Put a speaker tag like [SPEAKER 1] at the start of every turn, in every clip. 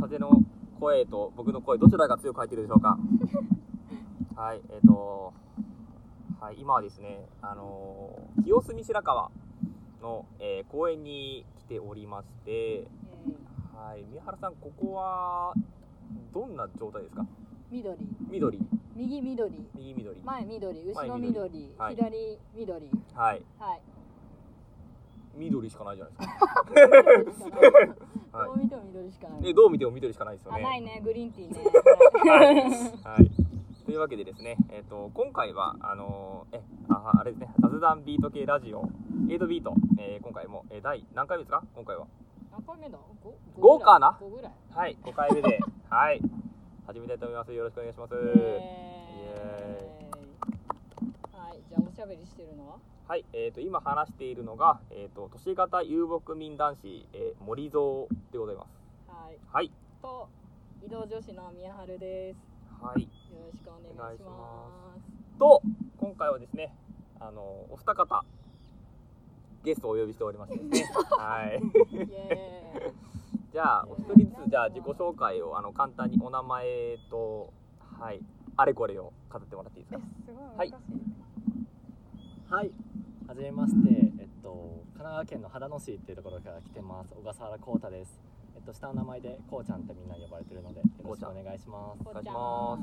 [SPEAKER 1] 風の声と僕の声どちらが強く入ってるでしょう かはいえっ、と、はい、今はですねあのー清澄白河の、えー公園に来ておりましてはい宮原さんここはどんな状態ですか
[SPEAKER 2] 緑
[SPEAKER 1] 緑
[SPEAKER 2] 右緑
[SPEAKER 1] 右緑
[SPEAKER 2] 前緑後ろ
[SPEAKER 1] 前
[SPEAKER 2] 緑
[SPEAKER 1] 緑はい
[SPEAKER 2] 左緑
[SPEAKER 1] はい
[SPEAKER 2] はい
[SPEAKER 1] 緑しかないじゃないです
[SPEAKER 2] 緑しかない
[SPEAKER 1] か、は
[SPEAKER 2] どう見ても緑しかない
[SPEAKER 1] い、でどう見ても緑しかないですよ
[SPEAKER 2] あ
[SPEAKER 1] ね
[SPEAKER 2] ないねグリーンティーね
[SPEAKER 1] はい。というわけでですね、えっ、と、今回は、あのーえ、あ、あれですね、雑談ビート系ラジオ、8ビート、えー今回も、えー第何回目ですか今回は。
[SPEAKER 2] 何回目だ五
[SPEAKER 1] 五かな
[SPEAKER 2] 五ぐらい
[SPEAKER 1] はい、5回 目で、はい、始めたいと思います。よろしくお願いします。
[SPEAKER 2] イエーイはいじゃあおしゃべりしてるのは
[SPEAKER 1] はい、えっ、と、今話しているのが、えっ、と、都市型遊牧民男子、えー森蔵でございます。
[SPEAKER 2] はい
[SPEAKER 1] はい。
[SPEAKER 2] と移動女子の宮春です
[SPEAKER 1] はい。
[SPEAKER 2] よろしくお願いします
[SPEAKER 1] と、今回はですね、あのーお二方、ゲストをお呼びしておりまして ですね、はい。
[SPEAKER 2] イエーイ
[SPEAKER 1] じゃあお一人ずつじゃあ自己紹介をあの簡単にお名前とはいあれこれを語ってもらっていいですか。
[SPEAKER 2] すごい
[SPEAKER 1] はい
[SPEAKER 3] はい、はじめまして、えっと、神奈川県の秦野市っていうところから来てます。小笠原光太です。えっと、下の名前で、こうちゃんってみんなに呼ばれてるので、よろしくお願いします。
[SPEAKER 1] お願いしま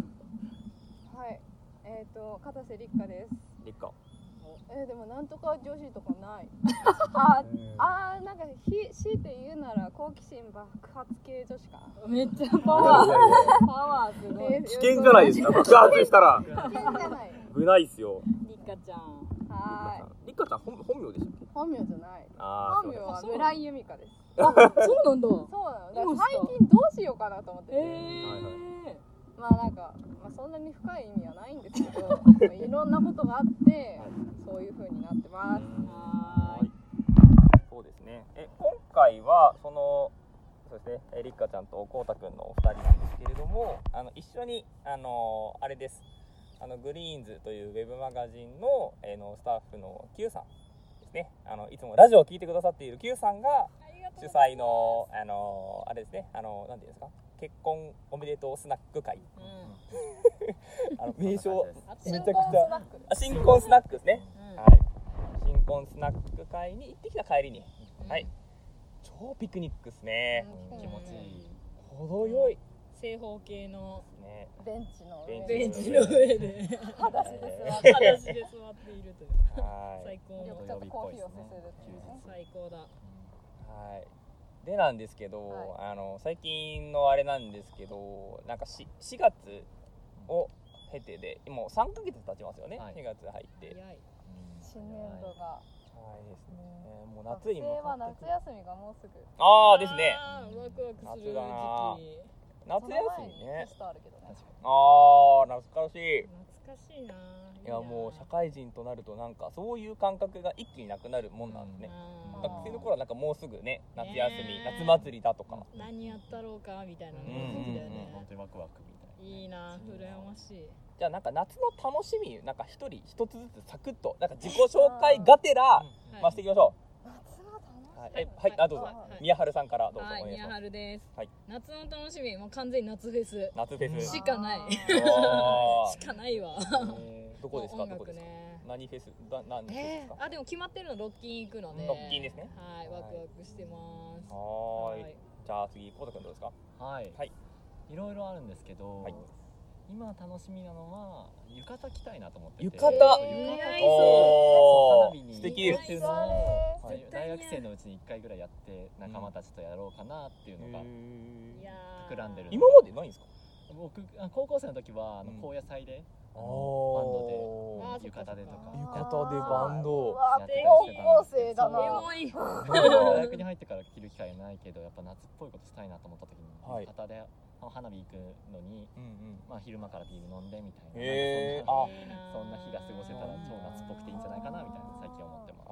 [SPEAKER 1] す
[SPEAKER 4] はい。えっ、と片瀬立花です。
[SPEAKER 1] りっか。
[SPEAKER 4] えー、でもなんとか女子とかない。ああーなんかひ強いて言うなら好奇心爆発系女子かな。
[SPEAKER 2] めっちゃパワーパワーすごい
[SPEAKER 4] えー
[SPEAKER 1] 危険じゃないです か。爆発したら
[SPEAKER 4] 危険じゃない。
[SPEAKER 1] 危ないっすよ。
[SPEAKER 2] りっかちゃん
[SPEAKER 4] はーい。
[SPEAKER 1] りっかちゃん本本名でしたっけ？
[SPEAKER 4] 本名じゃない。
[SPEAKER 1] ああ
[SPEAKER 4] 本名は
[SPEAKER 2] あそう
[SPEAKER 4] 村井由美香です。
[SPEAKER 2] あ、そうなんだ。
[SPEAKER 4] そうなの。だ
[SPEAKER 2] どう
[SPEAKER 4] か
[SPEAKER 2] し
[SPEAKER 4] ら
[SPEAKER 2] た
[SPEAKER 4] 最近どうしようかなと思って
[SPEAKER 2] え
[SPEAKER 4] て。
[SPEAKER 3] はいは
[SPEAKER 2] え
[SPEAKER 4] まあなんかまあそんなに深い意味はないんですけど、 まあいろんなことがあって
[SPEAKER 3] はい
[SPEAKER 4] そういう風になってます。
[SPEAKER 2] はーい。
[SPEAKER 1] そうですね。え今回はそのそうですねえりっかちゃんとこうたくんのお二人なんですけれどもあの一緒にあのあれです。あのグリーンズというウェブマガジンの,、えーのスタッフの Q さんですねあのいつもラジオを聞いてくださっている Q さんが主催のあのあれですねあのなんていうんですか結婚おめでとうスナック会
[SPEAKER 2] うん
[SPEAKER 1] あの名称
[SPEAKER 2] あと
[SPEAKER 1] めちゃくち
[SPEAKER 2] 新婚
[SPEAKER 1] ゃあ新婚スナックですね
[SPEAKER 2] うん
[SPEAKER 1] はい、新婚スナック会に行ってきた帰りに、
[SPEAKER 2] うん
[SPEAKER 1] はい、超ピクニックですね、
[SPEAKER 2] うん
[SPEAKER 1] 気持ちいい程よいで
[SPEAKER 2] 正方形の
[SPEAKER 1] すね
[SPEAKER 4] ベンチの上
[SPEAKER 2] ベ
[SPEAKER 4] で
[SPEAKER 2] ンチの上で
[SPEAKER 4] 裸足で座って
[SPEAKER 2] 裸足で座っているという
[SPEAKER 1] はい
[SPEAKER 2] 最高の
[SPEAKER 4] ちょっとコーヒーをすするっていうね。
[SPEAKER 2] 最高だ。
[SPEAKER 1] はいでなんですけど、あの最近のあれなんですけどなんかし4月を経てでもう3ヶ月経ちますよね、
[SPEAKER 3] はい
[SPEAKER 1] 4月入って
[SPEAKER 2] 早
[SPEAKER 1] はい
[SPEAKER 2] い。
[SPEAKER 4] 新年度が
[SPEAKER 1] ですね
[SPEAKER 4] ね
[SPEAKER 1] もう
[SPEAKER 4] 学
[SPEAKER 1] 夏に
[SPEAKER 4] 生
[SPEAKER 1] も
[SPEAKER 4] は
[SPEAKER 1] 全
[SPEAKER 4] 夏
[SPEAKER 1] く
[SPEAKER 4] 休みがもうすぐ
[SPEAKER 1] ああですね
[SPEAKER 2] あーワクワクす
[SPEAKER 1] 夏
[SPEAKER 2] る
[SPEAKER 1] だな
[SPEAKER 2] 時期に。
[SPEAKER 1] 夏休み
[SPEAKER 4] その前に
[SPEAKER 1] ね
[SPEAKER 4] テストあるけどね
[SPEAKER 1] ああ懐かしい
[SPEAKER 2] 懐かしいな。
[SPEAKER 1] いやもう社会人となるとなんかそういう感覚が一気になくなるもんなんですね、
[SPEAKER 2] うん
[SPEAKER 1] 学生の頃はなんかもうすぐね夏休み、
[SPEAKER 2] ねえ
[SPEAKER 1] 夏祭りだとか、
[SPEAKER 2] 何やったろうかみたいなの
[SPEAKER 1] うん
[SPEAKER 2] が好きだよ
[SPEAKER 1] うん
[SPEAKER 2] ね
[SPEAKER 3] 本。当にワクワクみたいな。
[SPEAKER 2] いいな、羨ましい。
[SPEAKER 1] じゃあなんか夏の楽しみなんか一人一つずつサクッとなんか自己紹介がてら、
[SPEAKER 2] はい
[SPEAKER 1] まあしていきましょ
[SPEAKER 4] 夏が
[SPEAKER 1] う、はい
[SPEAKER 4] 楽しい
[SPEAKER 1] えはいあどうぞ、
[SPEAKER 4] はい
[SPEAKER 1] 宮春さんからどうぞ
[SPEAKER 2] はい、
[SPEAKER 1] お願いし
[SPEAKER 2] 宮
[SPEAKER 1] ます、
[SPEAKER 2] 春です。
[SPEAKER 1] はい
[SPEAKER 2] 夏の楽しみ、もう完全に夏フェス。
[SPEAKER 1] 夏フェス
[SPEAKER 2] しかない
[SPEAKER 4] あ
[SPEAKER 1] あー
[SPEAKER 2] しかないわ。
[SPEAKER 1] えーどこですか
[SPEAKER 2] もう
[SPEAKER 1] ど
[SPEAKER 2] 音
[SPEAKER 1] こ
[SPEAKER 2] 楽
[SPEAKER 1] ですか
[SPEAKER 2] ね。
[SPEAKER 1] 何フェスだ何フェスで
[SPEAKER 2] え
[SPEAKER 1] すか、
[SPEAKER 2] ー、あ、でも決まってるのロッキン行くので。
[SPEAKER 1] ロッキンですね
[SPEAKER 2] はい、ワクワクしてます。
[SPEAKER 1] はーい
[SPEAKER 2] はい
[SPEAKER 1] じゃあ次コウタ君どうですか
[SPEAKER 3] はい。
[SPEAKER 1] はい。
[SPEAKER 3] いろいろあるんですけど、
[SPEAKER 1] はい
[SPEAKER 3] 今楽しみなのは、浴衣着たいなと思ってて。
[SPEAKER 1] 浴衣
[SPEAKER 3] 浴
[SPEAKER 2] 似合い
[SPEAKER 3] 衣
[SPEAKER 2] そう
[SPEAKER 1] お
[SPEAKER 3] 花火
[SPEAKER 1] ー
[SPEAKER 3] に
[SPEAKER 1] 素敵です
[SPEAKER 3] っていうのを
[SPEAKER 1] はい
[SPEAKER 3] 大学生のうちに一回ぐらいやって仲間たちとやろうかなっていうのが、
[SPEAKER 2] いやー
[SPEAKER 3] 企んでる
[SPEAKER 1] 今までないんですか
[SPEAKER 3] 僕あ高校生の時はあの
[SPEAKER 1] うん
[SPEAKER 3] 高野祭で、あ
[SPEAKER 1] バ
[SPEAKER 2] あ
[SPEAKER 3] のバンド
[SPEAKER 2] ー
[SPEAKER 3] で浴衣でとか
[SPEAKER 1] 浴衣でバンド
[SPEAKER 4] うわ
[SPEAKER 3] やって
[SPEAKER 4] 高校生だ
[SPEAKER 2] エ
[SPEAKER 4] な
[SPEAKER 2] モい。
[SPEAKER 3] 大学に入ってから着る機会がないけどやっぱ夏っぽいことしたいなと思った時に、
[SPEAKER 1] はい
[SPEAKER 3] 浴衣であの花火行くのに、
[SPEAKER 1] うんうん
[SPEAKER 3] まあ、昼間からビール飲んでみたいな,、
[SPEAKER 1] へー
[SPEAKER 3] な
[SPEAKER 1] あ
[SPEAKER 3] んか
[SPEAKER 2] いいな
[SPEAKER 3] そんなそんな日が過ごせたら超夏っぽくていいんじゃないかなみたいな最近思ってま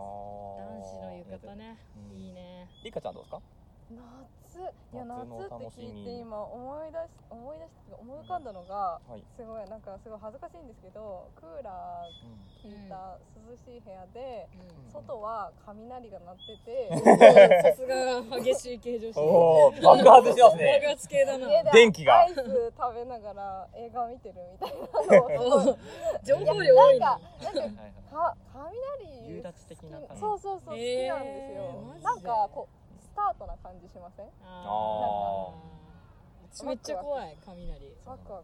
[SPEAKER 1] あー
[SPEAKER 2] 男子の浴
[SPEAKER 3] す
[SPEAKER 2] 衣ね、いいね。
[SPEAKER 1] りかちゃんどうですか
[SPEAKER 4] 夏いや夏
[SPEAKER 1] 夏のお楽
[SPEAKER 4] って
[SPEAKER 1] しみ
[SPEAKER 4] 聞いて今思い出し思い出し思い浮かんだのが
[SPEAKER 1] はい、
[SPEAKER 4] すごいなんかすごい恥ずかしいんですけどクーラー効いた涼しい部屋で、
[SPEAKER 1] うん
[SPEAKER 4] 外は雷が鳴ってて
[SPEAKER 2] さすが激しい系女子
[SPEAKER 1] おお爆発してます
[SPEAKER 2] 爆
[SPEAKER 1] ね
[SPEAKER 2] 発系だな
[SPEAKER 4] 家で
[SPEAKER 1] 電気が
[SPEAKER 4] アイス食べながら映画見てるみたいなのを
[SPEAKER 2] おー情報量多い
[SPEAKER 4] な
[SPEAKER 2] なん
[SPEAKER 4] かなんか
[SPEAKER 3] はいはい
[SPEAKER 4] か雷
[SPEAKER 3] 有楽的な感じ
[SPEAKER 4] そうそうそう好きなんです
[SPEAKER 2] え
[SPEAKER 4] よ、
[SPEAKER 2] ーマジで
[SPEAKER 4] なんかこうスタートな感じしません
[SPEAKER 2] あーうちめっちゃ怖い雷
[SPEAKER 4] ワクワ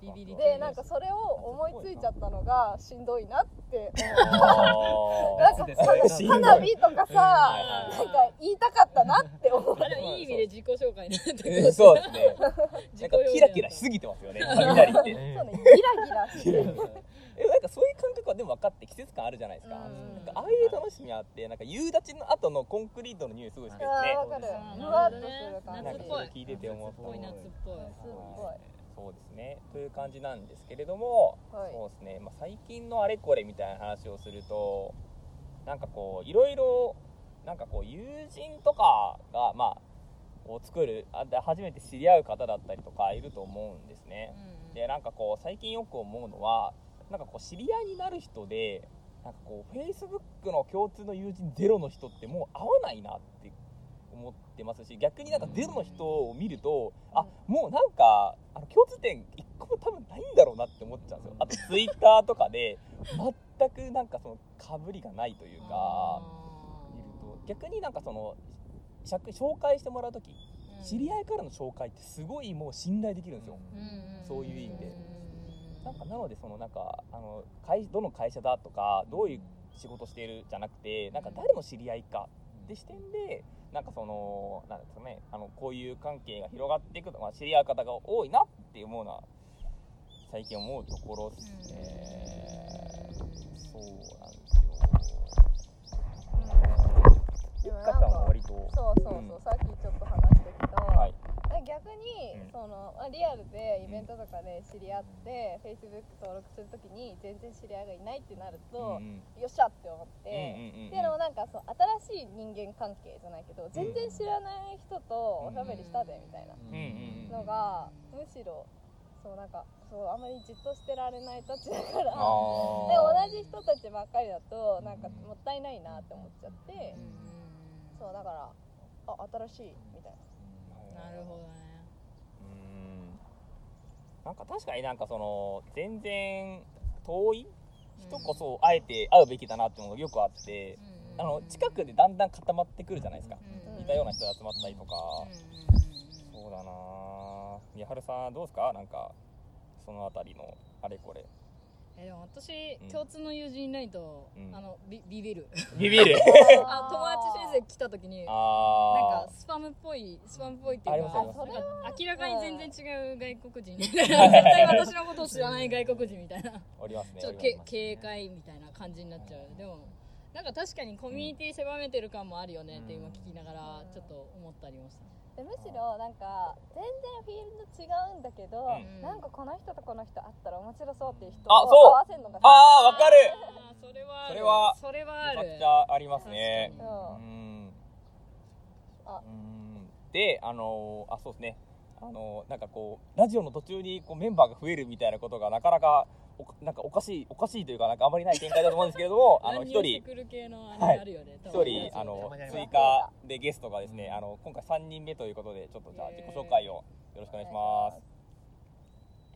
[SPEAKER 2] ビビり
[SPEAKER 4] ク
[SPEAKER 2] 系
[SPEAKER 4] でなんかそれを思いついちゃったのがしんどいなって
[SPEAKER 1] あ
[SPEAKER 4] なんか
[SPEAKER 3] 夏ですね
[SPEAKER 4] 花花火とかさ
[SPEAKER 2] あ
[SPEAKER 4] な
[SPEAKER 2] ー
[SPEAKER 4] んか言いたかったなって思う
[SPEAKER 2] あれいい意味で自己紹介になった
[SPEAKER 1] ー
[SPEAKER 2] け
[SPEAKER 1] う
[SPEAKER 2] ど
[SPEAKER 1] んそうですねな
[SPEAKER 2] 自
[SPEAKER 1] ん
[SPEAKER 2] 己
[SPEAKER 1] か
[SPEAKER 2] 表現
[SPEAKER 1] キラキラしすぎてますよ ね雷って
[SPEAKER 3] え
[SPEAKER 4] そう
[SPEAKER 3] ー
[SPEAKER 4] ねギラギラして
[SPEAKER 1] えなんかそういう感覚はでも分かって季節感あるじゃないですか,、
[SPEAKER 2] うん
[SPEAKER 1] なんかああいう楽しみあってなんか夕立の後のコンクリートの匂いすごい好きです
[SPEAKER 4] あー
[SPEAKER 1] ね
[SPEAKER 4] わかる
[SPEAKER 3] そうで
[SPEAKER 4] ふ
[SPEAKER 3] すね
[SPEAKER 4] わっとする感
[SPEAKER 1] なん
[SPEAKER 4] じ
[SPEAKER 1] か
[SPEAKER 2] 夏っ
[SPEAKER 1] そ
[SPEAKER 2] ぽ
[SPEAKER 1] れ
[SPEAKER 2] い
[SPEAKER 1] 聞いてて思っ
[SPEAKER 2] す
[SPEAKER 1] た
[SPEAKER 2] ごい夏っぽい
[SPEAKER 4] すっ
[SPEAKER 1] は
[SPEAKER 4] ごい
[SPEAKER 1] そうですねという感じなんですけれども、
[SPEAKER 4] はい
[SPEAKER 1] そうですね、まあ、最近のあれこれみたいな話をするとなんかこういろいろなんかこう友人とかがまあを作るあで初めて知り合う方だったりとかいると思うんですね、でなんかこう最近よく思うのはなんかこう知り合いになる人でなんかこうフェイスブックの共通の友人ゼロの人ってもう会わないなって思ってますし逆になんかゼロの人を見ると、あもうなんかあの共通点一個も多分ないんだろうなって思っちゃうんですよあとツイッターとかで全くなんかそのかぶりがないというか見ると逆になんかそのしゃく紹介してもらう時知り
[SPEAKER 2] い
[SPEAKER 1] 合いからの紹介ってすごいもう信頼できるんですよ、そういう意味でなんかなのでそのなんかあの会どの会社だとかどういう仕事しているじゃなくてなんか誰の知り合いかって視点でなんかそのなんですかねあのこういう関係が広がっていくと、まあ、知り合う方が多いなって思うのは最近思うところですね。そうなんですよ。ゆ
[SPEAKER 4] でも
[SPEAKER 1] っ
[SPEAKER 4] なん
[SPEAKER 1] かさんは
[SPEAKER 4] か
[SPEAKER 1] 割と
[SPEAKER 4] そうそうそうさっきちょっと話したけど、
[SPEAKER 1] はい
[SPEAKER 4] 逆に、
[SPEAKER 1] うん
[SPEAKER 4] そのまあリアルでイベントとかで知り合って、Facebook 登録するときに全然知り合いがいないってなると
[SPEAKER 1] う、ん
[SPEAKER 4] よっしゃって思って、
[SPEAKER 1] うんうん
[SPEAKER 4] でもなんかそう新しい人間関係じゃないけど全然知らない人とおしゃべりしたでみたいな
[SPEAKER 1] うんうん
[SPEAKER 4] のがむしろそうなんかそうあんまりじっとしてられないたちだからで
[SPEAKER 1] あ
[SPEAKER 4] も
[SPEAKER 1] ー
[SPEAKER 4] 同じ人たちばっかりだとなんかもったいないなって思っちゃってそうだからあ新しいみたいな
[SPEAKER 2] なるほどね
[SPEAKER 1] うんなんか確かになんかその全然遠い人こそあえて会うべきだなってものがよくあって、あの近くでだんだん固まってくるじゃないですか、
[SPEAKER 4] うん
[SPEAKER 1] 似たような人が集まったりとか、
[SPEAKER 2] う
[SPEAKER 1] そうだなぁ三春さんどうですかなんかそのあたりのあれこれ
[SPEAKER 2] んえでも私共通の友人いないと
[SPEAKER 1] うん
[SPEAKER 2] あのビビビる
[SPEAKER 1] ビビる
[SPEAKER 2] あ友達先生来た時になん
[SPEAKER 1] あ
[SPEAKER 2] かスパムっぽいスパムっぽいっていう
[SPEAKER 1] あり
[SPEAKER 2] か
[SPEAKER 1] ます
[SPEAKER 4] あります
[SPEAKER 2] なんか明らかに全然違う外国 人絶対私のことを知らない外国人みたいな
[SPEAKER 1] ーありますね
[SPEAKER 2] ちょっとけ警戒みたいな感じになっちゃう、でもなんか確かにコミュニティ狭めてる感もあるよねって今聞きながら
[SPEAKER 4] うん
[SPEAKER 2] ちょっと思ったりもした、
[SPEAKER 4] でむしろなんか全然フィールド違うんだけど、
[SPEAKER 1] うん
[SPEAKER 4] なんかこの人とこの人会ったら面白そうっていう人
[SPEAKER 1] あ
[SPEAKER 4] を
[SPEAKER 1] そう
[SPEAKER 4] 合わせるのが
[SPEAKER 1] あーわかる
[SPEAKER 2] あーそれはある
[SPEAKER 1] それは
[SPEAKER 2] それは
[SPEAKER 1] め
[SPEAKER 2] あ
[SPEAKER 1] ちゃ
[SPEAKER 2] る
[SPEAKER 1] くちゃありますね
[SPEAKER 2] 確
[SPEAKER 4] う
[SPEAKER 2] か
[SPEAKER 4] ん
[SPEAKER 2] に
[SPEAKER 1] うん
[SPEAKER 4] あ
[SPEAKER 1] うんであのーあそうですねあのーなんかこうラジオの途中にこうメンバーが増えるみたいなことがなかなかおかなんかおかしいおかしいというかなんかあまりない展開だと思うんですけれど もあの一
[SPEAKER 2] 乱入し
[SPEAKER 1] 人
[SPEAKER 2] てくる系のあ
[SPEAKER 1] は
[SPEAKER 2] れ
[SPEAKER 1] い
[SPEAKER 2] あるよね、多
[SPEAKER 1] 一
[SPEAKER 2] 分
[SPEAKER 1] 人あ
[SPEAKER 3] た
[SPEAKER 1] の
[SPEAKER 3] まにあります
[SPEAKER 1] 追加でゲストがですね、あの今回三人目ということでちょっとじゃあ
[SPEAKER 2] イエー
[SPEAKER 1] 自
[SPEAKER 2] イ
[SPEAKER 1] 己紹介をよろしくお願いします。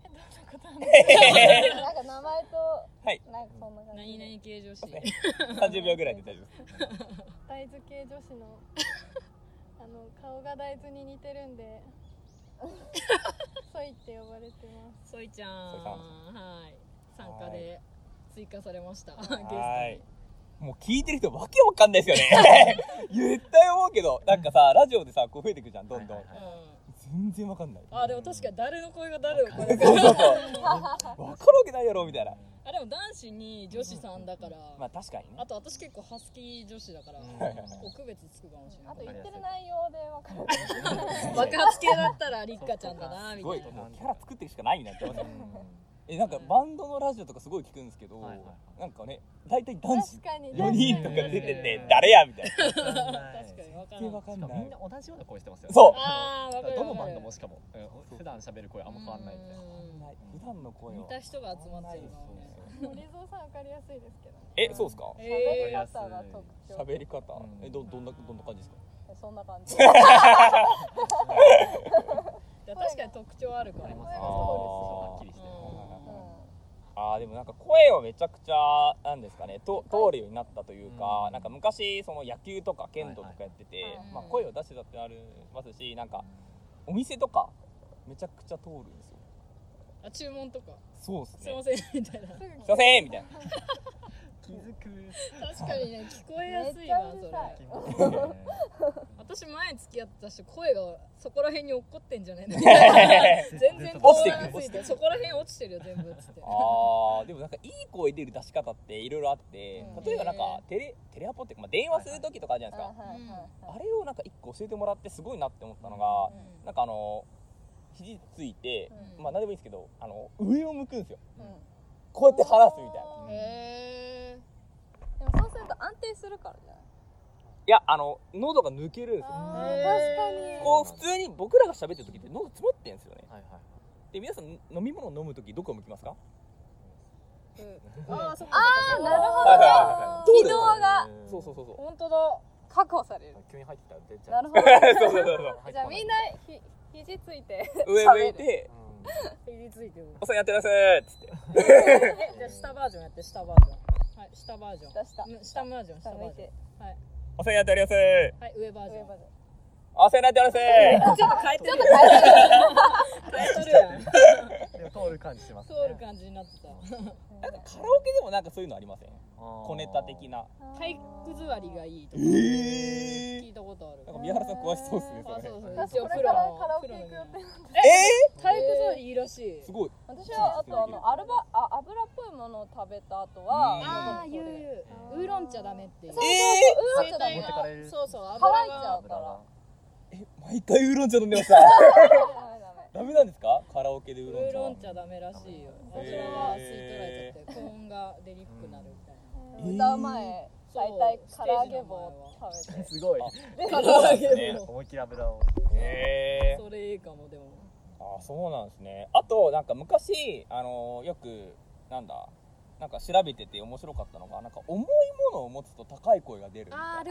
[SPEAKER 2] えどんなこと なの
[SPEAKER 4] なんか名前と、
[SPEAKER 1] はい
[SPEAKER 4] なんかそんな感じ
[SPEAKER 2] 何々系女子
[SPEAKER 1] そうですね。三十秒ぐらいで大丈夫です。
[SPEAKER 5] 大豆系女子のあの顔が大豆に似てるんでソイって呼ばれてます
[SPEAKER 2] ソイちゃん
[SPEAKER 1] ソイさ
[SPEAKER 2] はい参加で追加されましたゲストに
[SPEAKER 1] はい。もう聞いてる人わけわかんないですよ ね。絶対思うけど、なんかさラジオでさこう増えてくるじゃんどんどん。
[SPEAKER 3] はいはいはい
[SPEAKER 2] うん
[SPEAKER 1] 全然わかんない。
[SPEAKER 2] あでも確かに誰の声が誰の声か
[SPEAKER 1] そうそうそう。わかるわけないやろみたいな。
[SPEAKER 2] あでも男子に女子さんだから、
[SPEAKER 1] まあ確かにね
[SPEAKER 2] あ。と私結構ハスキー女子だから、こう区別つくかもしれな
[SPEAKER 4] あと
[SPEAKER 2] い。
[SPEAKER 4] 言ってる内容でわ かる
[SPEAKER 2] 爆発系だったらリッカちゃんだな
[SPEAKER 1] す
[SPEAKER 2] み
[SPEAKER 1] ご
[SPEAKER 2] た
[SPEAKER 1] い
[SPEAKER 2] い
[SPEAKER 1] も
[SPEAKER 2] な。
[SPEAKER 1] うキャラ作ってるしかないなって思って。
[SPEAKER 3] うん
[SPEAKER 1] ええなんかバンドのラジオとかすごい聞くんですけど、
[SPEAKER 3] はいはいは
[SPEAKER 1] なんかね大体男子
[SPEAKER 5] 確かに
[SPEAKER 1] 4人とか出て
[SPEAKER 3] え
[SPEAKER 1] て
[SPEAKER 3] ー
[SPEAKER 1] 誰やみたいな
[SPEAKER 3] 確
[SPEAKER 2] 確かにわか
[SPEAKER 1] 全然わ
[SPEAKER 2] らん
[SPEAKER 1] かん
[SPEAKER 3] し
[SPEAKER 1] な
[SPEAKER 3] かもみん
[SPEAKER 1] い
[SPEAKER 3] な同じような声してますよね
[SPEAKER 1] そう
[SPEAKER 2] あーわかる
[SPEAKER 3] どの
[SPEAKER 2] わか
[SPEAKER 3] バ
[SPEAKER 2] る
[SPEAKER 3] ンドもしかもうん普段喋る声あんま変わんないみたいな
[SPEAKER 2] う
[SPEAKER 1] 普段の声
[SPEAKER 2] ん似
[SPEAKER 1] は
[SPEAKER 2] た人が集まってるのはね
[SPEAKER 1] そ
[SPEAKER 5] 森蔵さんわかりやすいですけど
[SPEAKER 1] うえそうですか
[SPEAKER 4] 喋
[SPEAKER 2] え
[SPEAKER 4] り方が特徴
[SPEAKER 1] 喋り方、
[SPEAKER 3] うん
[SPEAKER 1] えどどんなどんな感じですか
[SPEAKER 4] そんな感じ
[SPEAKER 2] ー、確かに特徴あるから
[SPEAKER 3] あります
[SPEAKER 5] ね
[SPEAKER 3] はっきりして
[SPEAKER 4] う
[SPEAKER 3] る
[SPEAKER 1] あーでもなんか声をめちゃくちゃなんですかねと通るようになったというか、
[SPEAKER 3] うん
[SPEAKER 1] なんか昔その野球とか剣道とかやってて、
[SPEAKER 4] はいはい
[SPEAKER 1] まあ、声を出してたってありますしなんかお店とかめちゃくちゃ通るんですよ
[SPEAKER 2] あ注文とか
[SPEAKER 1] そうです
[SPEAKER 2] すい
[SPEAKER 1] ね
[SPEAKER 2] ませんみたいな
[SPEAKER 5] すぐ
[SPEAKER 1] すいませんみたいな
[SPEAKER 3] 気づく
[SPEAKER 2] 確かにね聞こえやすいわそ
[SPEAKER 4] めっ
[SPEAKER 2] れ
[SPEAKER 4] ちゃう る
[SPEAKER 3] 気づくね
[SPEAKER 2] 私前付き合ってた人声がそこら辺に落っこってんじゃねえのみたいな全然
[SPEAKER 1] 落ちてく
[SPEAKER 2] こうならすぎてそこら辺落ちてるよ全部っつって
[SPEAKER 1] あーでもなんかいい声出る出し方っていろいろあって
[SPEAKER 4] うん
[SPEAKER 1] 例えばなんかテレテレアポっていうか、まあ、電話する時とかあるじゃない
[SPEAKER 4] ん
[SPEAKER 1] ですか、
[SPEAKER 4] あはいはいはい
[SPEAKER 1] あれをなんか一個教えてもらってすごいなって思ったのが、
[SPEAKER 2] う
[SPEAKER 1] なんかあの肘ついて、
[SPEAKER 2] うん
[SPEAKER 1] まあ何でもいいんですけどあの上を向くんですよ
[SPEAKER 4] うんうん
[SPEAKER 1] こうやって話すみたいな
[SPEAKER 2] へえ
[SPEAKER 4] でもそうすると安定するからじゃない
[SPEAKER 1] いやあの喉が抜けるんですよ
[SPEAKER 5] あ
[SPEAKER 2] へー
[SPEAKER 5] ー確かに
[SPEAKER 1] こう普通に僕らが喋ってる時って喉詰まってるんですよね
[SPEAKER 3] はいはい
[SPEAKER 1] で皆さん飲み物飲む時どこ向きますか
[SPEAKER 2] あーそっ
[SPEAKER 4] あなるほ
[SPEAKER 1] はいはい
[SPEAKER 4] どね軌道が
[SPEAKER 1] そうそうそうそう
[SPEAKER 4] 本当だ確保される
[SPEAKER 3] 急に入ってきたら出ちゃ
[SPEAKER 4] な
[SPEAKER 3] う
[SPEAKER 4] るほど
[SPEAKER 1] そうそうそう
[SPEAKER 3] 入ってこい
[SPEAKER 4] じゃあみんなひ肘ついて
[SPEAKER 1] そう上向い て
[SPEAKER 3] うん
[SPEAKER 2] 入りついてる
[SPEAKER 1] 「おさんやってます」っつって
[SPEAKER 2] えじゃあ下バージョンやって下バージョンはい下バージョン
[SPEAKER 4] 出した
[SPEAKER 2] うん下バージョン下
[SPEAKER 4] 下
[SPEAKER 2] バ
[SPEAKER 4] 向い
[SPEAKER 2] ージョン
[SPEAKER 4] て
[SPEAKER 1] 「おさんやっております」
[SPEAKER 2] はい上バージョ
[SPEAKER 4] 上
[SPEAKER 2] ン
[SPEAKER 4] まで
[SPEAKER 1] 「おさんやっております
[SPEAKER 2] ちょっと変えてる変えてるやん変えとるやん
[SPEAKER 3] でも通る感じします
[SPEAKER 2] 通
[SPEAKER 3] ね
[SPEAKER 2] る感じになってた
[SPEAKER 1] なんかカラオケでもなんかそういうのありません小
[SPEAKER 3] 小
[SPEAKER 1] ネタ的な
[SPEAKER 2] 体育座りがいいとか
[SPEAKER 1] え
[SPEAKER 2] 聞いたことある
[SPEAKER 1] なんか宮原さん詳しそうですね
[SPEAKER 2] あ
[SPEAKER 1] そ
[SPEAKER 2] そうそ
[SPEAKER 1] れ
[SPEAKER 2] う
[SPEAKER 4] 私
[SPEAKER 2] 一応
[SPEAKER 4] こ
[SPEAKER 2] プ
[SPEAKER 4] れ
[SPEAKER 2] ロ
[SPEAKER 4] から
[SPEAKER 2] の
[SPEAKER 4] カラオケ
[SPEAKER 2] プロ
[SPEAKER 4] 行
[SPEAKER 2] の
[SPEAKER 4] く予定
[SPEAKER 1] え
[SPEAKER 2] 体育座りいいらしい
[SPEAKER 1] ー、すごい
[SPEAKER 4] 私は あとあのアルバあ油っぽいものを食べた後は
[SPEAKER 1] うん
[SPEAKER 2] ああ
[SPEAKER 4] 喉に
[SPEAKER 2] 言う
[SPEAKER 4] こ
[SPEAKER 2] 言うウー
[SPEAKER 4] れ
[SPEAKER 2] ロン茶ダメっていう
[SPEAKER 1] え
[SPEAKER 4] そう
[SPEAKER 2] 生
[SPEAKER 4] そうウーロン茶ダ
[SPEAKER 2] 態
[SPEAKER 4] メ
[SPEAKER 3] 持って
[SPEAKER 2] が
[SPEAKER 3] かれる
[SPEAKER 2] そうそう油
[SPEAKER 4] 乾いちゃ
[SPEAKER 2] が
[SPEAKER 4] うから
[SPEAKER 1] ー、え毎回ウーロン茶飲んでました
[SPEAKER 4] ダメダメ
[SPEAKER 1] ダメなんですかカラオケでウ
[SPEAKER 2] ウ
[SPEAKER 1] ー
[SPEAKER 2] ー
[SPEAKER 1] ロ
[SPEAKER 2] ロ
[SPEAKER 1] ン
[SPEAKER 2] ン
[SPEAKER 1] 茶
[SPEAKER 2] 茶ダメらしいよ
[SPEAKER 1] へー
[SPEAKER 2] 油は吸い取られちゃって高音が出にくくなるみたいな
[SPEAKER 1] えー
[SPEAKER 4] 歌う前
[SPEAKER 2] そう
[SPEAKER 4] 大体唐揚げ棒を食べて
[SPEAKER 3] すごい
[SPEAKER 1] そうですね
[SPEAKER 3] 思いっきり油を
[SPEAKER 1] へえ
[SPEAKER 2] それいいかもでも
[SPEAKER 1] あそうなんですねあとなんか昔あのよくなんだなんか調べてて面白かったのがなんか重いものを持つと高い声が出るみたいな
[SPEAKER 2] あ
[SPEAKER 4] あ
[SPEAKER 2] る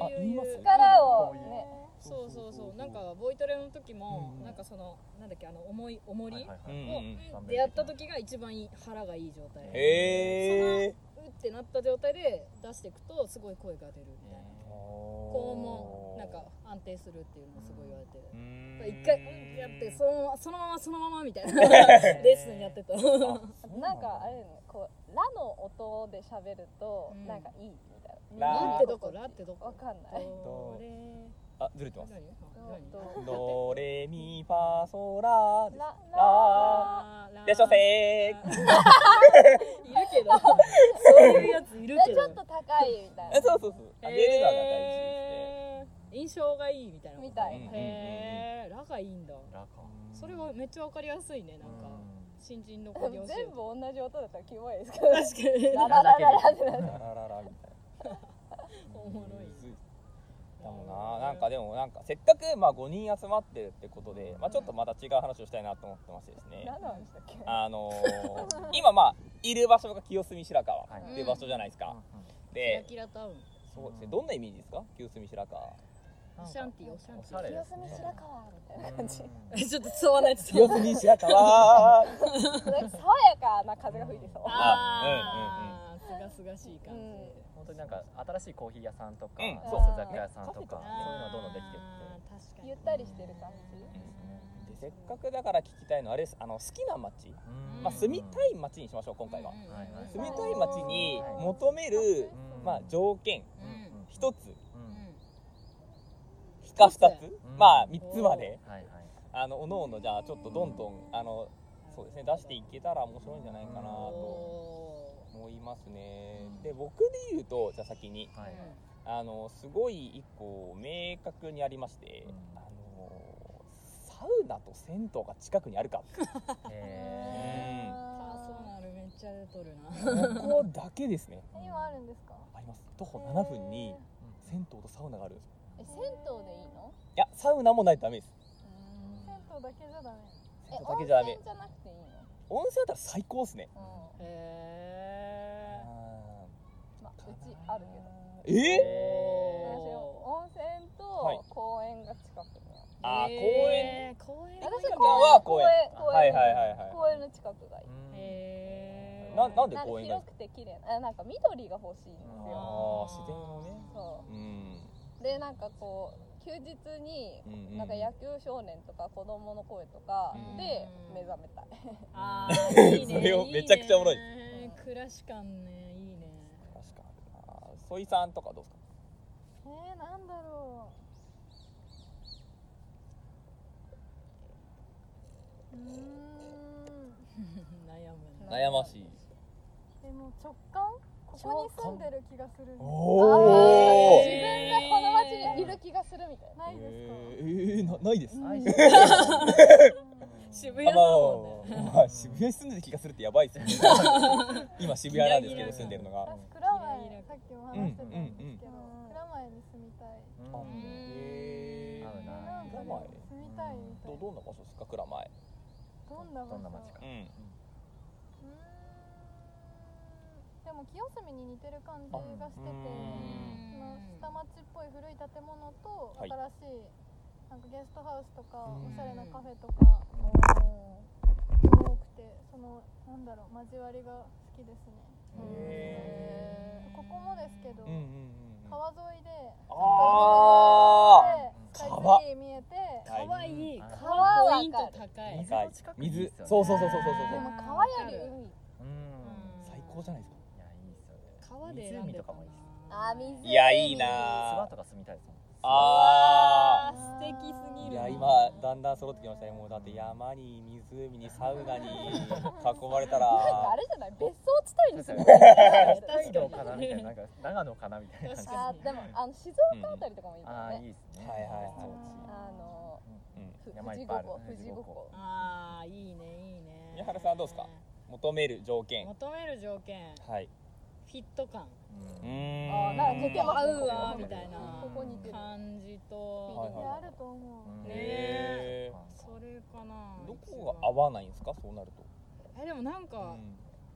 [SPEAKER 1] あ言います
[SPEAKER 4] 力 をね
[SPEAKER 2] そうそうそうなんかボイトレの時も
[SPEAKER 1] うん
[SPEAKER 2] なんかそのなんだっけあの重い重り
[SPEAKER 1] う
[SPEAKER 3] い
[SPEAKER 1] ん
[SPEAKER 2] を
[SPEAKER 3] うん
[SPEAKER 2] 出会った時が一番いい腹がいい状態
[SPEAKER 3] へ
[SPEAKER 1] へえ
[SPEAKER 2] うってなった状態で出していくとすごい声が出るみたいな高音もなんか安定するっていうのをすごい言われて
[SPEAKER 1] うーん
[SPEAKER 2] 一回うんってやってそのままそのままそのままみたい なレッスンやってた
[SPEAKER 1] あそうだ
[SPEAKER 4] なんかあれねこうラの音で喋ると
[SPEAKER 2] うん
[SPEAKER 4] なんかいいみたいな
[SPEAKER 1] ラ
[SPEAKER 2] ラってどこラってどこ
[SPEAKER 4] わかんない
[SPEAKER 2] どれ
[SPEAKER 1] あずれてます
[SPEAKER 2] 何何
[SPEAKER 4] ど
[SPEAKER 1] ドレミファソラです
[SPEAKER 4] ララ
[SPEAKER 1] あいらっしゃいませ
[SPEAKER 2] いるけどそういうやついる
[SPEAKER 4] で
[SPEAKER 2] け
[SPEAKER 4] ち
[SPEAKER 2] ど
[SPEAKER 4] ょっと高いみたい
[SPEAKER 1] え
[SPEAKER 4] な
[SPEAKER 1] そうそうそう上げるのが大事で
[SPEAKER 2] へー印象がいいみたいなこと
[SPEAKER 4] みた
[SPEAKER 1] な
[SPEAKER 4] い
[SPEAKER 2] へえラがいいんだ
[SPEAKER 3] ラか
[SPEAKER 1] すね
[SPEAKER 2] それはめっちゃわかりやすいねなんか新人の子に教えて
[SPEAKER 4] 全部同じ音だったらキモいですけど
[SPEAKER 2] 確かに
[SPEAKER 4] ラララララってな
[SPEAKER 1] ラ
[SPEAKER 4] る
[SPEAKER 1] ラララみたいな
[SPEAKER 2] おもろい
[SPEAKER 1] だもんななんかでもなんかせっかくまあ5人集まってるってことで、まあ、ちょっとまた違う話をしたいなと思ってましてですね
[SPEAKER 4] ラなんでしたっけ
[SPEAKER 1] あの ー今まあいる場所が清澄白河
[SPEAKER 3] はい
[SPEAKER 1] っていう場所じゃないですか、
[SPEAKER 2] キラ
[SPEAKER 1] で
[SPEAKER 2] キラタウン
[SPEAKER 1] そうですねどんなイメージですか清澄白河
[SPEAKER 2] オシャンティオシャン
[SPEAKER 3] お
[SPEAKER 2] テ
[SPEAKER 3] しゃれ
[SPEAKER 4] 清
[SPEAKER 3] です
[SPEAKER 4] 澄
[SPEAKER 3] ね
[SPEAKER 4] 白河みたいな感じ
[SPEAKER 2] ィーちょっと伝わないです
[SPEAKER 1] 清澄白 河
[SPEAKER 4] なんか爽やかな風が吹いてそう
[SPEAKER 2] ああすがすがしい感じ
[SPEAKER 4] うん
[SPEAKER 3] 本当になんか新しいコーヒー屋さんとか
[SPEAKER 1] うん
[SPEAKER 3] そう雑貨屋さんとかそういうの
[SPEAKER 1] あ
[SPEAKER 3] はどんどんできて
[SPEAKER 2] あー確かに
[SPEAKER 4] ゆったりしてる感じ
[SPEAKER 1] でせっかくだから聞きたいのはあれですあの好きな街、
[SPEAKER 3] って
[SPEAKER 1] まあ、住みた
[SPEAKER 3] い
[SPEAKER 1] い街にしましょう今回は、
[SPEAKER 2] うん
[SPEAKER 3] はいはい
[SPEAKER 1] 住みたい街に求める、まあ、条件一つ非か二つ、
[SPEAKER 3] ん
[SPEAKER 1] まあ三つまで
[SPEAKER 3] はいはい
[SPEAKER 1] あのおのおのじゃあちょっとどんどんあのそうですね出していけたら面白いんじゃないかなと
[SPEAKER 2] お
[SPEAKER 1] 思いますね
[SPEAKER 2] うん
[SPEAKER 1] で僕で言うとじゃあ先に
[SPEAKER 2] ー
[SPEAKER 3] はい
[SPEAKER 1] あのすごい一個明確にありまして
[SPEAKER 3] うん
[SPEAKER 1] あのサウナと銭湯が近くにあるか
[SPEAKER 3] へ
[SPEAKER 1] う
[SPEAKER 2] ちゃで撮るな
[SPEAKER 1] ここだけですね
[SPEAKER 5] 今あるんですか
[SPEAKER 1] あります徒歩7分に銭湯とサウナがあるんですよ
[SPEAKER 4] え銭湯でいいの
[SPEAKER 1] いやサウナもないとダメです
[SPEAKER 5] 銭湯だけじゃダメ
[SPEAKER 4] え
[SPEAKER 1] 銭湯だ
[SPEAKER 4] 温
[SPEAKER 1] けじゃダメ
[SPEAKER 4] 泉じゃなくていいの
[SPEAKER 1] 温泉だったら最高ですね
[SPEAKER 4] う
[SPEAKER 2] へ
[SPEAKER 4] んまあうちあるけど
[SPEAKER 1] え
[SPEAKER 4] 私
[SPEAKER 2] え
[SPEAKER 4] 温泉
[SPEAKER 1] はい
[SPEAKER 4] と公園が近くに
[SPEAKER 1] あー
[SPEAKER 4] ある
[SPEAKER 1] 公園
[SPEAKER 2] 公園
[SPEAKER 4] 私
[SPEAKER 1] は
[SPEAKER 4] は
[SPEAKER 1] 公園
[SPEAKER 4] 公園
[SPEAKER 1] 公園はいはいはいはい
[SPEAKER 4] 公園の近くがいい
[SPEAKER 2] へー
[SPEAKER 1] ななんで
[SPEAKER 4] なん
[SPEAKER 1] 公
[SPEAKER 4] か
[SPEAKER 1] 園がいい
[SPEAKER 4] 広くて綺麗なあなんか緑が欲しいんですよ
[SPEAKER 1] あー自然のね
[SPEAKER 4] そう
[SPEAKER 1] うん
[SPEAKER 4] でなんかこう休日に
[SPEAKER 1] うんうん
[SPEAKER 4] なんか野球少年とか子供の声とか
[SPEAKER 1] うん
[SPEAKER 4] で目覚めたい、
[SPEAKER 2] あーいいね
[SPEAKER 1] それをめちゃくちゃおもろい
[SPEAKER 2] ね暮らし感ねいいね
[SPEAKER 1] 確かにソイさんとかどうですか
[SPEAKER 5] えー、なんだろううーん
[SPEAKER 2] 悩むね
[SPEAKER 1] 悩ましい
[SPEAKER 5] でも直感ここに住んでる気がするんです
[SPEAKER 1] お
[SPEAKER 4] 自分がこの街にいる気がするみたいな
[SPEAKER 5] ないですか、
[SPEAKER 1] えーえーなないです
[SPEAKER 4] 愛して
[SPEAKER 2] 渋
[SPEAKER 1] あ
[SPEAKER 2] 谷だもんね
[SPEAKER 1] まあまあ渋谷に住んでる気がするってやばい ですね今渋谷なんですけど住んでるのが
[SPEAKER 5] 私
[SPEAKER 2] ギ
[SPEAKER 5] 蔵
[SPEAKER 2] ラギラ
[SPEAKER 5] 前さっきも話してたん
[SPEAKER 4] うんう
[SPEAKER 5] ですけど、
[SPEAKER 4] んうん
[SPEAKER 5] 蔵前に住みたい
[SPEAKER 1] あ
[SPEAKER 3] うん
[SPEAKER 1] へー
[SPEAKER 3] 合うな
[SPEAKER 5] なんかね住みたいみたい
[SPEAKER 1] どどんな場所ですか蔵前
[SPEAKER 5] どんな場所
[SPEAKER 3] どんな街か
[SPEAKER 1] ん
[SPEAKER 5] うーんでも清澄に似てる感じがして
[SPEAKER 1] う
[SPEAKER 5] て
[SPEAKER 1] ん
[SPEAKER 5] その下町っぽい古い建物と
[SPEAKER 1] はい
[SPEAKER 5] 新しいなんかゲストハウスとか
[SPEAKER 1] うん
[SPEAKER 5] おしゃれなカフェとか多くてそのなんだろう交わりが好きですねここもですけど
[SPEAKER 1] うんうんうん
[SPEAKER 5] 川沿いで
[SPEAKER 1] あ
[SPEAKER 5] スカイ
[SPEAKER 1] 川
[SPEAKER 5] ツリー見えて
[SPEAKER 1] ー
[SPEAKER 2] かわいい
[SPEAKER 3] うん
[SPEAKER 2] 顔ポイント高い
[SPEAKER 3] 水
[SPEAKER 1] 高い
[SPEAKER 3] の近くにいいっ
[SPEAKER 1] 水
[SPEAKER 3] すよね
[SPEAKER 1] そうそうそうそうそう
[SPEAKER 4] で
[SPEAKER 1] そう
[SPEAKER 4] も川より海
[SPEAKER 3] うん
[SPEAKER 1] 最高じゃないですか
[SPEAKER 3] いやいいっす
[SPEAKER 2] 川で選
[SPEAKER 3] よね
[SPEAKER 2] んでたな
[SPEAKER 3] 湖とかもいいっす
[SPEAKER 4] あー水
[SPEAKER 1] いやいい
[SPEAKER 3] 諏訪
[SPEAKER 1] な
[SPEAKER 3] とか住みたいですもん
[SPEAKER 1] あ
[SPEAKER 2] あ素敵すぎ
[SPEAKER 1] ー
[SPEAKER 2] る
[SPEAKER 1] いや今だんだん揃ってきましたねもうだって山に湖にサウナに囲まれた
[SPEAKER 4] なんからあれじゃない別荘地帯に住む
[SPEAKER 3] 北海道かなみたいななんか長野かなみたいな感じ
[SPEAKER 4] あーでもあの静岡あたりとかもいい
[SPEAKER 3] あ
[SPEAKER 4] か
[SPEAKER 3] あ
[SPEAKER 4] も
[SPEAKER 3] い
[SPEAKER 4] ね、
[SPEAKER 3] いっすね
[SPEAKER 1] はいはいはい
[SPEAKER 4] あの
[SPEAKER 1] うん
[SPEAKER 4] ふ
[SPEAKER 3] 山
[SPEAKER 4] 富
[SPEAKER 3] い
[SPEAKER 4] 士五
[SPEAKER 3] っぱいある
[SPEAKER 4] 湖富士五湖
[SPEAKER 2] ああいいねいいね
[SPEAKER 1] 宮原さんどうですか求める条件
[SPEAKER 2] 求める条件
[SPEAKER 1] はい
[SPEAKER 2] フィット感
[SPEAKER 1] う
[SPEAKER 3] う
[SPEAKER 1] ー
[SPEAKER 3] ん
[SPEAKER 1] ん
[SPEAKER 4] あーなんか似てま
[SPEAKER 2] 合
[SPEAKER 4] すね
[SPEAKER 2] うわみたいな
[SPEAKER 4] ここ似てる
[SPEAKER 2] 感じ
[SPEAKER 1] はい
[SPEAKER 2] と
[SPEAKER 1] はい
[SPEAKER 5] であると思う
[SPEAKER 3] うん
[SPEAKER 2] ね
[SPEAKER 1] へ
[SPEAKER 2] それかな
[SPEAKER 1] ーどこが合わないんですかそうなると
[SPEAKER 2] えでもなん
[SPEAKER 1] う
[SPEAKER 2] か
[SPEAKER 1] ん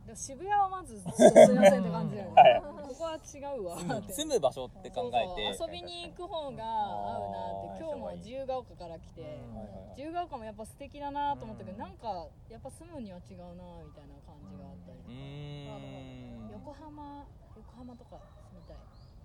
[SPEAKER 2] でも渋谷はま ずすいませんって感じだよ
[SPEAKER 1] は
[SPEAKER 2] ね
[SPEAKER 1] い
[SPEAKER 2] ここは違うわって
[SPEAKER 1] 住む場所って考えて
[SPEAKER 2] そうそう遊びに行く方が合うなって
[SPEAKER 3] あー
[SPEAKER 2] 今日も自由が丘から来て
[SPEAKER 3] うん
[SPEAKER 1] はいはいはい
[SPEAKER 2] 自由が丘もやっぱ素敵だなと思ったけど
[SPEAKER 3] うん
[SPEAKER 2] なんかやっぱ住むには違うなみたいな感じがあったり
[SPEAKER 1] うー
[SPEAKER 2] と
[SPEAKER 1] ん
[SPEAKER 2] か横浜横浜とか住みたい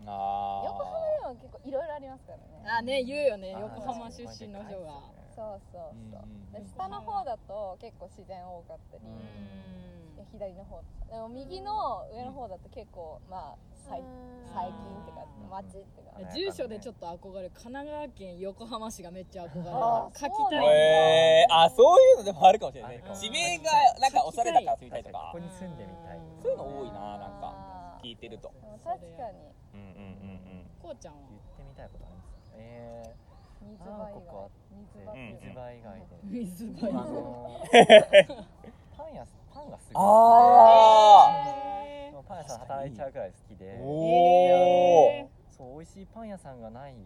[SPEAKER 1] あー
[SPEAKER 4] 横浜でも結構いろいろありますからね
[SPEAKER 2] あね言うよね
[SPEAKER 3] あー
[SPEAKER 2] 横浜出身の人が
[SPEAKER 4] そうそうそう
[SPEAKER 1] うん
[SPEAKER 4] で
[SPEAKER 1] うん
[SPEAKER 4] 下の方だと結構自然多かったり、
[SPEAKER 3] う
[SPEAKER 2] うん
[SPEAKER 4] で左の方でも右の上の方だと結構まあ最
[SPEAKER 5] うん
[SPEAKER 4] 最近ってか
[SPEAKER 3] うん
[SPEAKER 4] 街ってか
[SPEAKER 3] うん
[SPEAKER 2] 住所でちょっと憧れ神奈川県横浜市がめっちゃ憧れる
[SPEAKER 4] あー
[SPEAKER 2] 書きた
[SPEAKER 4] そうなんだ
[SPEAKER 2] い
[SPEAKER 1] えー、あそういうのでもあるかもしれないね
[SPEAKER 3] あるかも
[SPEAKER 1] 地名がなんかおしゃれだから住みたいと
[SPEAKER 3] こ
[SPEAKER 1] か
[SPEAKER 3] こに住んでみたい
[SPEAKER 1] そういう
[SPEAKER 3] 言っ
[SPEAKER 1] の多いななんか
[SPEAKER 4] あー
[SPEAKER 1] 聞いてると
[SPEAKER 4] でも確かに
[SPEAKER 1] うんうん
[SPEAKER 2] こうちゃんは
[SPEAKER 3] てみたいことありますえ
[SPEAKER 4] 水
[SPEAKER 3] ー、
[SPEAKER 4] 場
[SPEAKER 3] あー
[SPEAKER 4] 以
[SPEAKER 3] ここは
[SPEAKER 4] 外水場って
[SPEAKER 1] うん
[SPEAKER 4] いうの
[SPEAKER 3] 水場以外で
[SPEAKER 2] 水
[SPEAKER 3] あ
[SPEAKER 2] 場に
[SPEAKER 3] のーパン屋パンがすごい
[SPEAKER 1] あ
[SPEAKER 2] へ
[SPEAKER 3] もうパン屋さん働いちゃうくらい好きで
[SPEAKER 1] ー
[SPEAKER 2] ー
[SPEAKER 1] おー
[SPEAKER 2] へ
[SPEAKER 3] そう美味しいパン屋さんがないし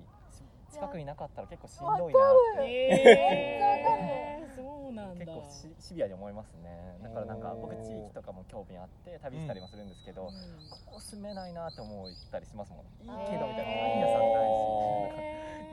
[SPEAKER 3] 近くになかったら結構しん
[SPEAKER 4] わ
[SPEAKER 3] どい
[SPEAKER 2] ー
[SPEAKER 3] なって
[SPEAKER 2] へーそうなんだ
[SPEAKER 3] 結構しシビアに思いますねだからなんか僕地域とかも興味あって旅したりもするんですけど、こ
[SPEAKER 2] うん
[SPEAKER 3] こ住めないなって思ったりしますもんいいけどみたいなパン
[SPEAKER 2] へ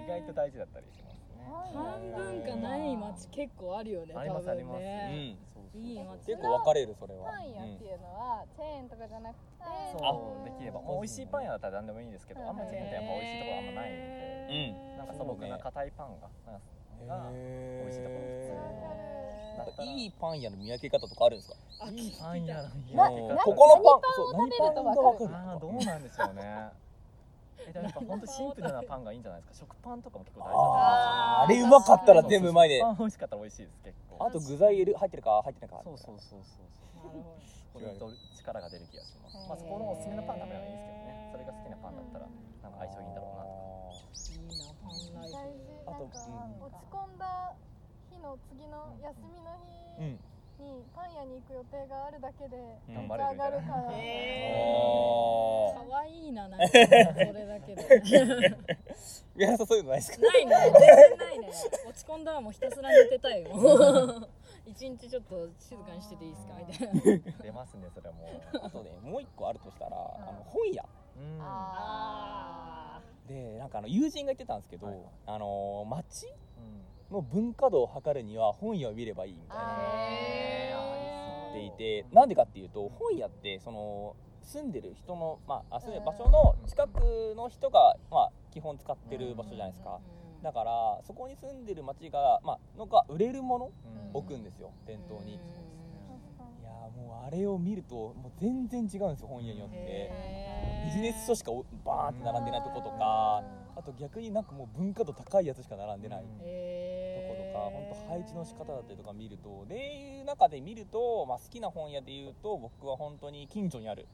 [SPEAKER 2] ー
[SPEAKER 3] 屋さんないし意外と大事だったりしますね
[SPEAKER 2] 半分かない町結構あるよね
[SPEAKER 3] あり
[SPEAKER 2] 多
[SPEAKER 3] ますあり
[SPEAKER 2] 分
[SPEAKER 3] ます、
[SPEAKER 2] ね
[SPEAKER 3] そうそう
[SPEAKER 2] いい
[SPEAKER 1] 結
[SPEAKER 2] 街
[SPEAKER 1] 構分かれるそれは
[SPEAKER 4] パン屋っていうのはチェーンとかじゃなくて
[SPEAKER 3] そうできればもう美味しいパン屋だったら何でもいいんですけど
[SPEAKER 4] はい
[SPEAKER 3] あんまチェーン店やっぱ美味しいところあんまないんで
[SPEAKER 1] う
[SPEAKER 3] なんか素朴な硬いパンがなんか
[SPEAKER 1] うん
[SPEAKER 3] が美味しいとこ
[SPEAKER 4] え
[SPEAKER 1] なんかいいパン屋の見分け方とかあるんですか
[SPEAKER 2] あ
[SPEAKER 3] いいパン屋の家
[SPEAKER 4] な
[SPEAKER 1] うん
[SPEAKER 4] な
[SPEAKER 1] ここのパンそう
[SPEAKER 4] 何パンを
[SPEAKER 1] 何パンが分
[SPEAKER 4] 食べると
[SPEAKER 1] かる
[SPEAKER 3] ああどうなんでしょうねえでもやっぱ本当シンプルなパンがいいんじゃないですか食パンとかも結構大事
[SPEAKER 1] あーあ
[SPEAKER 3] なん
[SPEAKER 1] れ
[SPEAKER 3] で
[SPEAKER 1] うまかったら全部うまいで
[SPEAKER 3] すよ
[SPEAKER 1] あ
[SPEAKER 3] 食パン美味しかったら美味しいです結構
[SPEAKER 1] と具材入れる入ってるか入ってないか
[SPEAKER 3] そうそうそうそう
[SPEAKER 2] なるほ
[SPEAKER 3] これと力が出る気がしま
[SPEAKER 4] へ
[SPEAKER 3] す
[SPEAKER 4] ー
[SPEAKER 3] まあそこのおすすめのパン食べればいいんですけどねそれが好きなパンだったらなんか相性いいんだろうなと
[SPEAKER 2] どいいなパンライフ
[SPEAKER 1] あ
[SPEAKER 5] 大事な
[SPEAKER 1] と
[SPEAKER 5] んか落ち込んだ日の次の休みの
[SPEAKER 1] うん
[SPEAKER 5] 日にいパン屋に行く予定があるだけで
[SPEAKER 1] う
[SPEAKER 6] 頑
[SPEAKER 1] ん
[SPEAKER 5] 上
[SPEAKER 6] 張
[SPEAKER 5] が
[SPEAKER 6] れる
[SPEAKER 5] る
[SPEAKER 6] か。
[SPEAKER 5] からら、
[SPEAKER 1] お
[SPEAKER 2] 可愛いななんかそれだけで
[SPEAKER 1] ー上原さんそういうのないですか
[SPEAKER 2] ないね全然ないね落ち込んだらもうひたすら寝てたいよ一日ちょっと静かにしてていいですかみたいな
[SPEAKER 3] 出ますねそれはも
[SPEAKER 1] あとねもう一個あるとしたらあの本屋
[SPEAKER 3] う、うん、
[SPEAKER 2] あ
[SPEAKER 1] でなんかあの友人が言ってたんですけど、
[SPEAKER 3] はい
[SPEAKER 1] あのー町
[SPEAKER 3] うん
[SPEAKER 1] の文化度を測るには本屋を見ればいいみたいな
[SPEAKER 3] え
[SPEAKER 1] 言ってい
[SPEAKER 3] ー
[SPEAKER 1] てなんでかっていうと本屋ってその住んでる人の、まあ、あ住んでる場所の近くの人が、まあ、基本使ってる場所じゃないですかだからそこに住んでる町が、まあのが売れるもの
[SPEAKER 3] うん
[SPEAKER 1] 置くんですよ店頭に
[SPEAKER 5] 確かに
[SPEAKER 1] いやーもうあれを見るともう全然違うんですよ本屋によってビジネス書しかおバーンって並んでないとことかあと逆になんかもう文化度高いやつしか並んでないとこ
[SPEAKER 2] え
[SPEAKER 1] とか本当配置の仕方だったりとか見るとでいう中で見ると、まあ、好きな本屋で言うと僕は本当に近所にある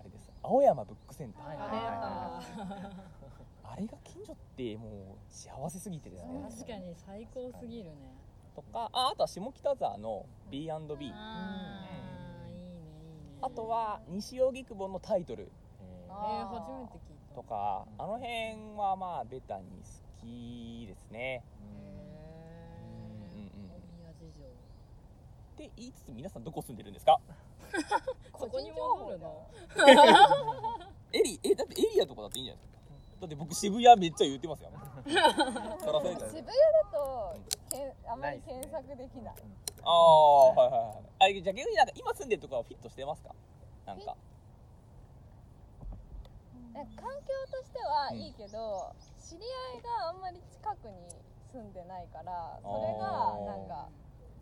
[SPEAKER 1] あれです青山ブックセンター
[SPEAKER 3] はいはいはいは
[SPEAKER 2] あ
[SPEAKER 1] あれが近所ってもう幸せすぎてですね
[SPEAKER 2] ー確かに最高すぎるね
[SPEAKER 1] とかああとは下北沢の B&B
[SPEAKER 2] あーいいねいいね
[SPEAKER 1] あとは西荻窪のタイトル
[SPEAKER 2] え
[SPEAKER 3] い
[SPEAKER 2] ー初めて聞いた
[SPEAKER 1] とかあの辺はまあベタに好きですね
[SPEAKER 2] へ
[SPEAKER 1] う
[SPEAKER 2] ー
[SPEAKER 1] んうんうん
[SPEAKER 2] 大宮事情
[SPEAKER 1] って言いつつ皆さんどこ住んでるんですか
[SPEAKER 2] そこに戻るの
[SPEAKER 1] エリえだってエリアとかだっていいんじゃないですかだって僕渋谷めっちゃ言って ますよそらそうですよ
[SPEAKER 4] 渋谷だとけあんまり検索できない
[SPEAKER 1] ああはいはいはいあじゃあ逆になんか今住んでるとこはフィットしてますかなんか
[SPEAKER 4] なんか環境としてはいいけど、知り合いがあんまり近くに住んでないからそれがなんか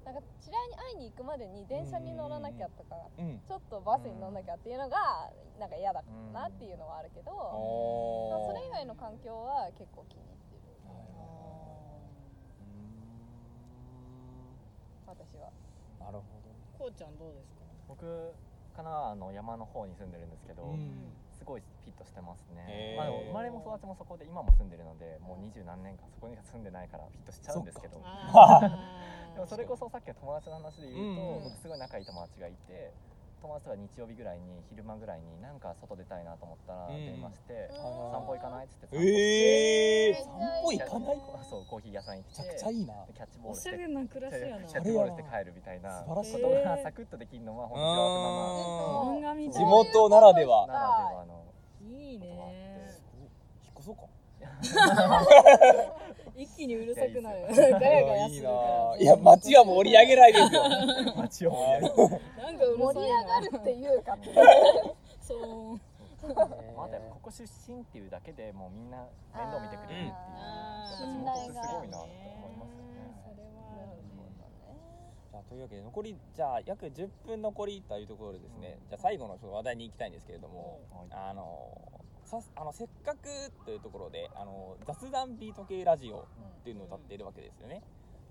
[SPEAKER 4] なんか知り合いに会いに行くまでに電車に乗らなきゃとか
[SPEAKER 1] うん
[SPEAKER 4] ちょっとバスに乗らなきゃっていうのがなんか嫌だなっていうのはあるけど、
[SPEAKER 1] あ
[SPEAKER 4] まあそ
[SPEAKER 1] ー
[SPEAKER 4] れ以外の環境は結構気に入ってる私は
[SPEAKER 1] なるほ
[SPEAKER 2] こうちゃんどうですか
[SPEAKER 3] 僕かなあの山の方に住んでるんですけど、
[SPEAKER 1] ど、うん
[SPEAKER 3] すごいフィットしてます
[SPEAKER 1] へ
[SPEAKER 3] ね
[SPEAKER 1] ー、
[SPEAKER 3] まあ、でも生まれも育ちもそこで今も住んでるのでもう二十何年間そこには住んでないからフィットしちゃうんですけどでもそれこそさっきの友達の話で言うと、
[SPEAKER 1] うん
[SPEAKER 3] 僕すごい仲いい友達がいて友達とは日曜日ぐらいに昼間ぐらいになんか外出たいなと思ったら
[SPEAKER 1] うん
[SPEAKER 3] 電話し
[SPEAKER 1] う
[SPEAKER 3] て、
[SPEAKER 1] ん
[SPEAKER 3] 散歩行かないっつって散歩
[SPEAKER 1] ええー、
[SPEAKER 4] めっ
[SPEAKER 1] 散
[SPEAKER 4] ちゃ
[SPEAKER 1] 歩
[SPEAKER 4] いい
[SPEAKER 1] 行かないめ
[SPEAKER 3] あそうコーヒー屋さん行って
[SPEAKER 1] ちゃくちゃいいな
[SPEAKER 3] でキャッチボー
[SPEAKER 2] お
[SPEAKER 3] ルし
[SPEAKER 2] してゃ
[SPEAKER 3] キ
[SPEAKER 2] れな暮らしやな
[SPEAKER 3] ャッチボールして帰るみたいな
[SPEAKER 1] 素晴らしい
[SPEAKER 3] ことがサクッとできるのは本
[SPEAKER 1] うん
[SPEAKER 3] 当に幸
[SPEAKER 2] 漫画みた
[SPEAKER 1] 地
[SPEAKER 2] い
[SPEAKER 1] 元ならでは
[SPEAKER 3] せだなならではの
[SPEAKER 2] いいね
[SPEAKER 1] 引っ越そうか
[SPEAKER 2] 一気にうるさくなる
[SPEAKER 3] いや
[SPEAKER 2] ガ ヤガヤ
[SPEAKER 1] い
[SPEAKER 2] す
[SPEAKER 1] い
[SPEAKER 2] る
[SPEAKER 1] な
[SPEAKER 2] か ら
[SPEAKER 1] いや街は盛り上げないですよ
[SPEAKER 3] 街を盛り上げる
[SPEAKER 2] なんかうるさいな
[SPEAKER 4] 盛り上がるっていう か
[SPEAKER 2] そう
[SPEAKER 3] またここ出身っていうだけでもうみんな面倒見てくれるっていう
[SPEAKER 2] あ
[SPEAKER 3] 地
[SPEAKER 2] ー
[SPEAKER 3] 元ってすごいなって思いますよ
[SPEAKER 2] そ
[SPEAKER 3] ね
[SPEAKER 2] れは
[SPEAKER 1] じゃあというわけで残りじゃあ約10分残りというところでですね、じゃあ最後のちょっと話題に行きたいんですけれども、
[SPEAKER 3] はい
[SPEAKER 1] あのさあのせっかくというところであの雑談ビート系ラジオっていうのを歌っているわけですよね、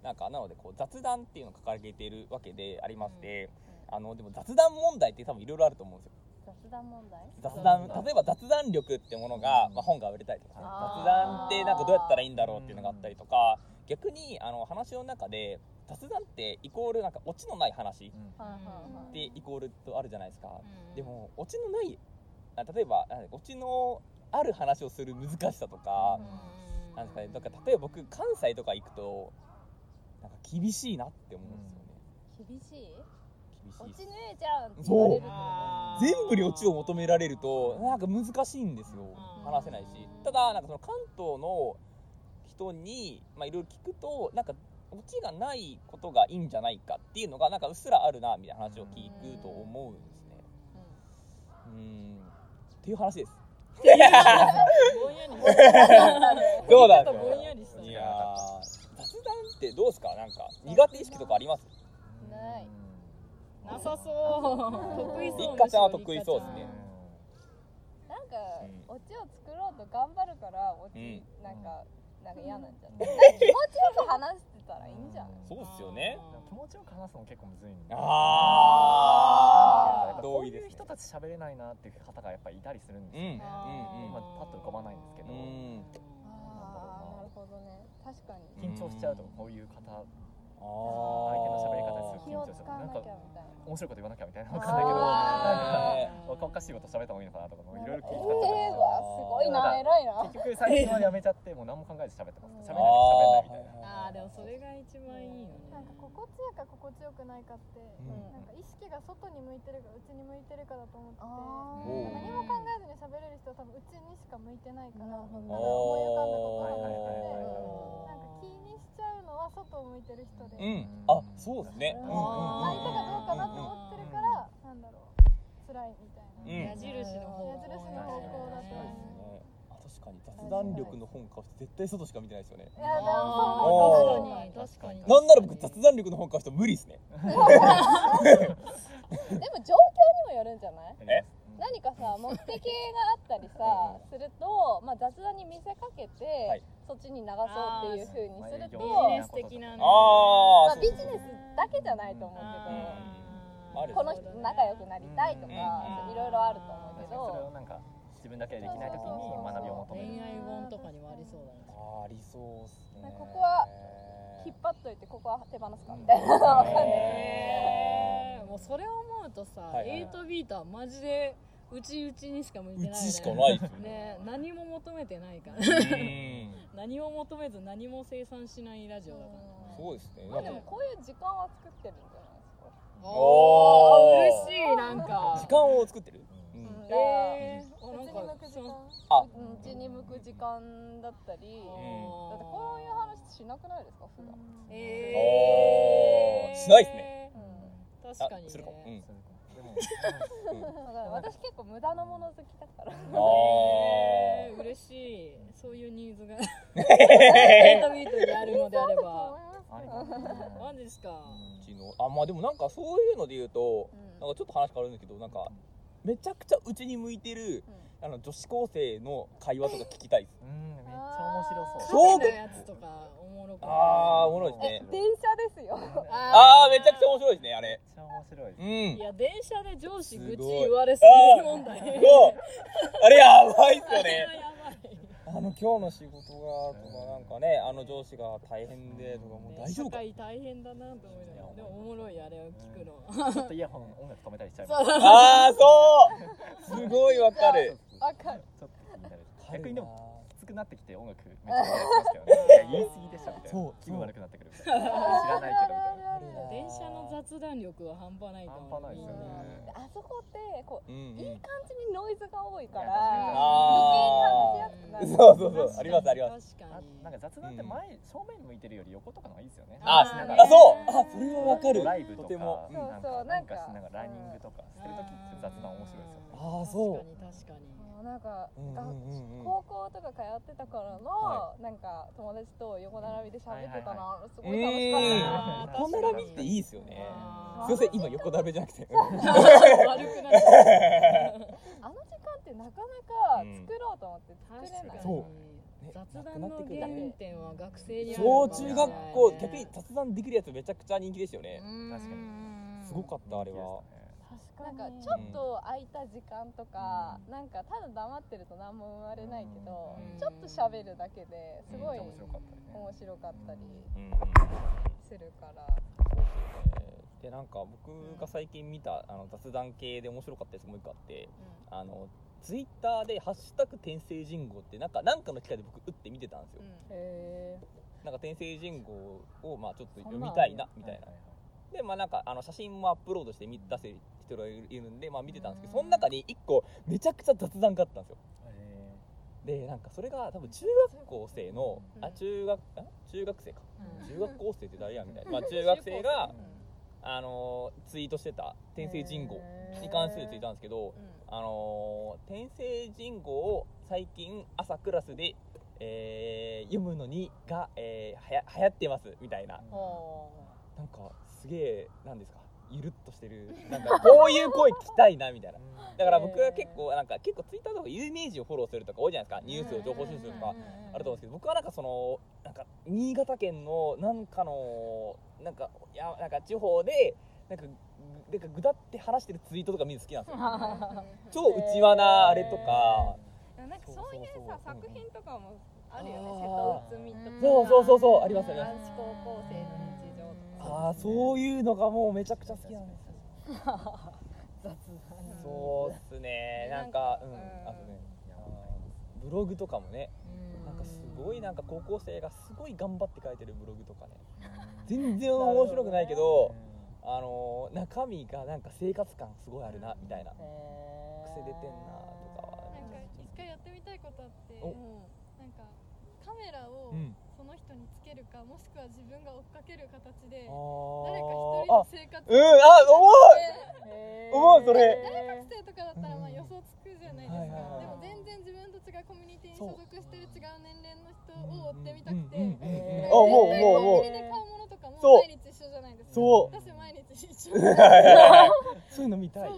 [SPEAKER 1] なんかなのでこう雑談っていうのを掲げているわけでありまして、あのでも雑談問題って多分いろいろあると思うんですよ
[SPEAKER 4] 雑談問題
[SPEAKER 1] 雑談例えば雑談力ってものが、まあ、本が売れたりとかね雑談ってなんかどうやったらいいんだろうっていうのがあったりとか逆にあの話の中で雑談ってイコールなんかオチのない話っ
[SPEAKER 3] うん
[SPEAKER 4] はいはいはい
[SPEAKER 1] てイコールとあるじゃないですか
[SPEAKER 2] うん
[SPEAKER 1] でもオチのないあ例えばなんだオチのある話をする難しさとか
[SPEAKER 2] うん
[SPEAKER 1] なんですかねだから例えば僕関西とか行くとなんか厳しいなって思うんですよね
[SPEAKER 4] 厳しい
[SPEAKER 1] 厳
[SPEAKER 4] 落
[SPEAKER 1] し
[SPEAKER 4] ち
[SPEAKER 1] い
[SPEAKER 4] ね
[SPEAKER 1] っ
[SPEAKER 4] えじゃんって言われる
[SPEAKER 2] あー
[SPEAKER 1] す全部にオチを求められるとなんか難しいんですよ
[SPEAKER 2] うん
[SPEAKER 1] 話せないしただなんかその関東の人にまあいろいろ聞くとなんかオチがないことがいいんじゃないかっていうのがなんかうっすらあるなみたいな話を聞くと思うんですねうんっていう話です
[SPEAKER 2] ぼんやり
[SPEAKER 1] どうだ
[SPEAKER 2] ちょっとぼんやりした
[SPEAKER 1] いやー雑談ってどうですかなんか苦手意識とかあります
[SPEAKER 4] ない
[SPEAKER 2] なさ そう得意そう
[SPEAKER 1] りっかちゃんは得意そうですね
[SPEAKER 4] なんか
[SPEAKER 1] うん
[SPEAKER 4] オチを作ろうと頑張るからオチ
[SPEAKER 1] う
[SPEAKER 4] なんかなんか嫌なんじゃん
[SPEAKER 3] うん
[SPEAKER 4] 気持ちよく話してたらいいんじゃん
[SPEAKER 1] そうっすよね
[SPEAKER 3] でも気持ちよく話すの結構むずいんで
[SPEAKER 1] あ
[SPEAKER 3] やっぱ
[SPEAKER 1] ー
[SPEAKER 3] こ
[SPEAKER 1] 同
[SPEAKER 3] う
[SPEAKER 1] 意で
[SPEAKER 3] い
[SPEAKER 1] す
[SPEAKER 3] う
[SPEAKER 1] ね
[SPEAKER 3] 人たち喋れないなっていう方がやっぱりいたりするんです
[SPEAKER 1] うん
[SPEAKER 3] よ
[SPEAKER 1] うんうん
[SPEAKER 3] ね、今パッと浮かばないんですけど、
[SPEAKER 1] うん
[SPEAKER 4] あーなるほどね確かに
[SPEAKER 3] 緊張しちゃうとこういう方相手の喋り方にすご
[SPEAKER 4] 気
[SPEAKER 3] い緊
[SPEAKER 4] を
[SPEAKER 3] 張し
[SPEAKER 4] 使
[SPEAKER 3] た
[SPEAKER 4] わ
[SPEAKER 3] な
[SPEAKER 4] なんきゃみ
[SPEAKER 3] か
[SPEAKER 4] たいな
[SPEAKER 3] 面白いこと言わなきゃみたいな
[SPEAKER 4] あー
[SPEAKER 3] わかんないけどなん
[SPEAKER 2] あー
[SPEAKER 3] か若々しいこと喋った方がいいのかなとかもいろいろ気
[SPEAKER 4] え
[SPEAKER 3] 遣っ
[SPEAKER 4] ー
[SPEAKER 3] て
[SPEAKER 4] わすごいな偉いな
[SPEAKER 3] 結局最初はやめちゃってもう何も考えず喋ってます喋んなきゃ喋んないみたいな
[SPEAKER 2] ああでもそれが一番いいよ
[SPEAKER 5] なん
[SPEAKER 2] ね
[SPEAKER 5] か心地よいか心地よくないかって、
[SPEAKER 3] うん
[SPEAKER 5] なんか意識が外に向いてるか内に向いてるかだと思ってて
[SPEAKER 4] あ
[SPEAKER 3] お
[SPEAKER 5] 何も考えずに喋れる人は多分内にしか向いてない
[SPEAKER 4] ー
[SPEAKER 5] か
[SPEAKER 4] なる
[SPEAKER 5] ら
[SPEAKER 4] ほ
[SPEAKER 5] なんか
[SPEAKER 4] ど
[SPEAKER 5] 思い浮かんだことが
[SPEAKER 3] はいはいはい
[SPEAKER 5] なくて
[SPEAKER 3] はい
[SPEAKER 5] なんか気にしちゃうのは外を向いてる人で、
[SPEAKER 3] うん
[SPEAKER 1] あそうですね
[SPEAKER 4] う
[SPEAKER 1] うんん
[SPEAKER 4] うん
[SPEAKER 5] 相手がどうかな
[SPEAKER 1] うん
[SPEAKER 5] と
[SPEAKER 1] うん
[SPEAKER 5] 思ってるから、なんだろう辛いみたいな、
[SPEAKER 1] うん
[SPEAKER 2] 矢印の方向
[SPEAKER 5] 矢印の方向だと
[SPEAKER 2] ね
[SPEAKER 1] ねあ確かに雑談力の本買う人絶対外しか見てないですよね
[SPEAKER 5] いやでも
[SPEAKER 1] あ
[SPEAKER 5] そう
[SPEAKER 1] ー
[SPEAKER 5] だ
[SPEAKER 2] あー確かに確かに
[SPEAKER 1] なんなら僕雑談力の本買う人無理ですね
[SPEAKER 4] でも状況にもよるんじゃない
[SPEAKER 1] え
[SPEAKER 4] 何かさ目的があったりさすると、まあ、雑談に見せかけて、
[SPEAKER 1] はい
[SPEAKER 4] そっちに流そうっていう風にすると、
[SPEAKER 3] あ
[SPEAKER 2] ビ
[SPEAKER 3] ー
[SPEAKER 2] ジネス的な
[SPEAKER 4] ま
[SPEAKER 2] ね
[SPEAKER 1] あー
[SPEAKER 4] あ、ビジネスだけじゃないと思う
[SPEAKER 1] あー
[SPEAKER 4] けどこの人と仲良くなりたいと
[SPEAKER 1] うん
[SPEAKER 4] かいろいろあると思うけ
[SPEAKER 3] 確かにそ
[SPEAKER 4] ど
[SPEAKER 3] れをなんか自分だけでできない時に学びを求める
[SPEAKER 2] 恋愛本とかにもありそうだね
[SPEAKER 1] あーありそうですね
[SPEAKER 4] ここは引っ張っといてここは手放すかみたいなの
[SPEAKER 1] わか
[SPEAKER 4] わか
[SPEAKER 1] ん
[SPEAKER 4] ん
[SPEAKER 1] な
[SPEAKER 4] ないい
[SPEAKER 2] へえもうそれを思うとさ、
[SPEAKER 1] はいはいはい
[SPEAKER 2] エイトビートはマジでうちうちにしか向いて
[SPEAKER 1] う
[SPEAKER 2] ない、ね、
[SPEAKER 1] ちしかないですよね
[SPEAKER 2] ね何も求めてないから
[SPEAKER 1] う ん
[SPEAKER 2] 何も求めず何も生産しないラジオだから
[SPEAKER 1] そうですね
[SPEAKER 4] まあでもこういう時間は作ってるんじゃないですか
[SPEAKER 1] おー
[SPEAKER 2] 嬉しいなんか
[SPEAKER 1] 時間を作ってるうん
[SPEAKER 4] うんだから
[SPEAKER 2] えー、あなん
[SPEAKER 5] そう
[SPEAKER 2] か
[SPEAKER 5] 内に向
[SPEAKER 4] うちに向
[SPEAKER 5] く時間
[SPEAKER 4] く時間だったりだってこういう
[SPEAKER 2] あ
[SPEAKER 4] 話しなくないですか普段、
[SPEAKER 1] お
[SPEAKER 2] ー
[SPEAKER 1] ーしないっすね
[SPEAKER 4] うん
[SPEAKER 2] 確かに、ね、
[SPEAKER 1] あするかもうん
[SPEAKER 3] でも
[SPEAKER 4] だから私結構無駄なもの好きだから
[SPEAKER 2] え
[SPEAKER 1] あ
[SPEAKER 2] ー、嬉しいそういうニーズがエイトビートにあるのであれば
[SPEAKER 3] ありか
[SPEAKER 2] マジですか、
[SPEAKER 1] ーうちのあまあでもなんかそういうので言うと
[SPEAKER 4] うん
[SPEAKER 1] なんかちょっと話変わるんですけどなんかめちゃくちゃうちに向いてるあの女子高生の会話とか聞きたいです
[SPEAKER 3] うんめっちゃ面白そう
[SPEAKER 1] 衝
[SPEAKER 2] カ
[SPEAKER 1] 撃
[SPEAKER 2] フェのやつとかおもろくない
[SPEAKER 1] あーおもろいですね
[SPEAKER 4] 電車ですよ
[SPEAKER 1] あーめちゃくちゃ面白いですねあ
[SPEAKER 3] めっ
[SPEAKER 1] れ
[SPEAKER 3] ちゃ面白い
[SPEAKER 1] うん
[SPEAKER 2] いや電車で上司愚
[SPEAKER 1] す
[SPEAKER 2] 痴
[SPEAKER 1] ごい
[SPEAKER 2] 言われすぎ問題
[SPEAKER 1] そうあれやばいっすよ
[SPEAKER 2] あれ
[SPEAKER 1] ね
[SPEAKER 2] はやばい
[SPEAKER 1] あの今日の仕事がとかなんかねあの上司が大変でとかもう大丈夫
[SPEAKER 2] 社
[SPEAKER 1] か
[SPEAKER 2] 会大変だなと思いながらでもおもろいあれを聞くの
[SPEAKER 3] ちょっとイヤホン音楽止めたりしちゃいます
[SPEAKER 2] そう
[SPEAKER 1] ああそうすごいわかる
[SPEAKER 4] わかる
[SPEAKER 3] ちょっと気になる逆にでも
[SPEAKER 1] も
[SPEAKER 3] きつくなってきて音楽めっちゃ流ますけどねいや言い過ぎでしょみたいな
[SPEAKER 1] そう
[SPEAKER 3] 気分悪くなってくるみたいな知らないけどみたいな
[SPEAKER 2] 電車の雑談力は半端ないと思う
[SPEAKER 3] 半端ないですよね
[SPEAKER 4] あそこってこ
[SPEAKER 1] う
[SPEAKER 4] うんいい感
[SPEAKER 1] う
[SPEAKER 4] じにノイズが多いから
[SPEAKER 3] いや確かに
[SPEAKER 1] あ
[SPEAKER 4] 余計感じやすくなる
[SPEAKER 1] んそうそうそうありますあります
[SPEAKER 2] す確か
[SPEAKER 3] あ
[SPEAKER 2] に
[SPEAKER 3] なんか雑談って前、正面向いてるより横とかの方がいいですよね
[SPEAKER 1] あ
[SPEAKER 3] しなが
[SPEAKER 1] あ
[SPEAKER 3] ら
[SPEAKER 1] そうあそれはわかる
[SPEAKER 3] ライブと
[SPEAKER 1] と
[SPEAKER 3] か
[SPEAKER 1] てもうん
[SPEAKER 4] そうそう
[SPEAKER 3] なんか
[SPEAKER 4] なんか
[SPEAKER 3] しながらランニングとかしてる時って雑談面白いですよね
[SPEAKER 1] ああ
[SPEAKER 2] 確
[SPEAKER 1] そ
[SPEAKER 2] かに確かに
[SPEAKER 4] もうなんか、
[SPEAKER 1] ううんう
[SPEAKER 4] が
[SPEAKER 1] んうんうん
[SPEAKER 4] 高校とか通ってた頃の、
[SPEAKER 1] は
[SPEAKER 4] なんか友達と横並びで喋ってたの、すごい楽しか
[SPEAKER 1] うん
[SPEAKER 4] ったな、
[SPEAKER 2] あー
[SPEAKER 1] 横並びっていいですよね
[SPEAKER 2] あ
[SPEAKER 1] すい
[SPEAKER 2] ー
[SPEAKER 1] ません今横並びじゃなくて
[SPEAKER 2] 悪くなっちゃう
[SPEAKER 4] あの時間ってなかなか
[SPEAKER 1] うん
[SPEAKER 4] 作ろうと思って作れない、
[SPEAKER 2] 確か
[SPEAKER 1] そ
[SPEAKER 2] に
[SPEAKER 1] うね
[SPEAKER 2] 雑談の原点は学生にあるの
[SPEAKER 1] 小
[SPEAKER 2] かも
[SPEAKER 1] 中
[SPEAKER 2] しれ
[SPEAKER 1] 学
[SPEAKER 2] ない
[SPEAKER 1] 校逆に雑談できるやつめちゃくちゃ人気ですよね
[SPEAKER 2] うん
[SPEAKER 3] 確かに
[SPEAKER 1] すごかったあれは
[SPEAKER 4] なん
[SPEAKER 5] 確
[SPEAKER 4] か
[SPEAKER 5] か
[SPEAKER 4] ち
[SPEAKER 5] に
[SPEAKER 4] ょっと空いた時間とか、なんかただ黙ってると何も生まれないけど、
[SPEAKER 2] うん
[SPEAKER 4] ちょっと喋るだけですごい
[SPEAKER 3] めっちゃ面白かったりね
[SPEAKER 4] 面白かったり
[SPEAKER 1] うんうん
[SPEAKER 4] するから、
[SPEAKER 1] えーでなんか僕が最近見たあの雑談系で面白かったやつもう一個あってあのツイッターで「ハッシュタグ転生人号」ってなんかなんかの機会で僕打って見てたんですよ、
[SPEAKER 4] へ
[SPEAKER 1] なんか転生人号をまあちょっと読みたいなみたいなでまあなんかあの写真もアップロードして見出せる人がいるんでまあ見てたんですけどその中に1個めちゃくちゃ雑談があったんですよでなんかそれが多分中学校生のあ中学あ中学生か中学校生って誰やみたい な、まあ、中学生が、あのーツイートしてた「転生人号」に関するツイートなんですけど、あのー転生人号を最近朝クラスで、えー読むのにが、えーはや流行ってますみたいななんかすげえなんですかゆるっとしてるなんかこういう声聞きたいなみたいなだから僕は結構なんか結構ツイッターとか有名人をフォローするとか多いじゃないですかニュースを情報収集するとかあると思うんですけど僕はなんかそのなんか新潟県のなんかのなんかいやなんか地方でなんかぐなんかぐだって話してるツイートとか見るの好きなんですよ超 内輪なあれとか
[SPEAKER 4] なんかそういう
[SPEAKER 1] そうそうそう
[SPEAKER 4] さ作品とかもあるよね
[SPEAKER 1] あー
[SPEAKER 4] 瀬戸内海とか
[SPEAKER 1] そうそうそうそうありますよね
[SPEAKER 4] 男子高校生の日常とか
[SPEAKER 1] ああそういうのがもうめちゃくちゃ好きなんですよ
[SPEAKER 4] 雑談
[SPEAKER 1] そうっすねなんかうんあとねブログとかもねなんかすごいなんか高校生がすごい頑張って書いてるブログとかね全然面白くないけどあのー中身がなんか生活感すごいあるなみたいな癖出てんなとかは
[SPEAKER 5] なんか一回やってみたいことあって
[SPEAKER 1] お
[SPEAKER 5] なんかカメラを
[SPEAKER 1] うん
[SPEAKER 5] その人につけるか、もしくは自分が追っかける形で
[SPEAKER 1] あ
[SPEAKER 5] 誰
[SPEAKER 1] ーあ
[SPEAKER 5] か一人の生活
[SPEAKER 1] うんあ重い思うそれ
[SPEAKER 5] 生とかだったらまあ予想つくじゃないですか、
[SPEAKER 1] はいはいはい
[SPEAKER 5] でも全然自分と違うコミュニティに
[SPEAKER 1] そ
[SPEAKER 5] 所
[SPEAKER 1] う
[SPEAKER 5] 属してる違う年齢の人を追ってみたくて、
[SPEAKER 1] うんうんうんあ
[SPEAKER 5] なんか
[SPEAKER 1] もうもうも
[SPEAKER 5] 絶対コンビニで買うものとかも
[SPEAKER 1] そう
[SPEAKER 5] 毎日一緒じゃないですか
[SPEAKER 1] そう
[SPEAKER 5] 私毎日一緒そう
[SPEAKER 1] うそういうの見たい
[SPEAKER 5] あ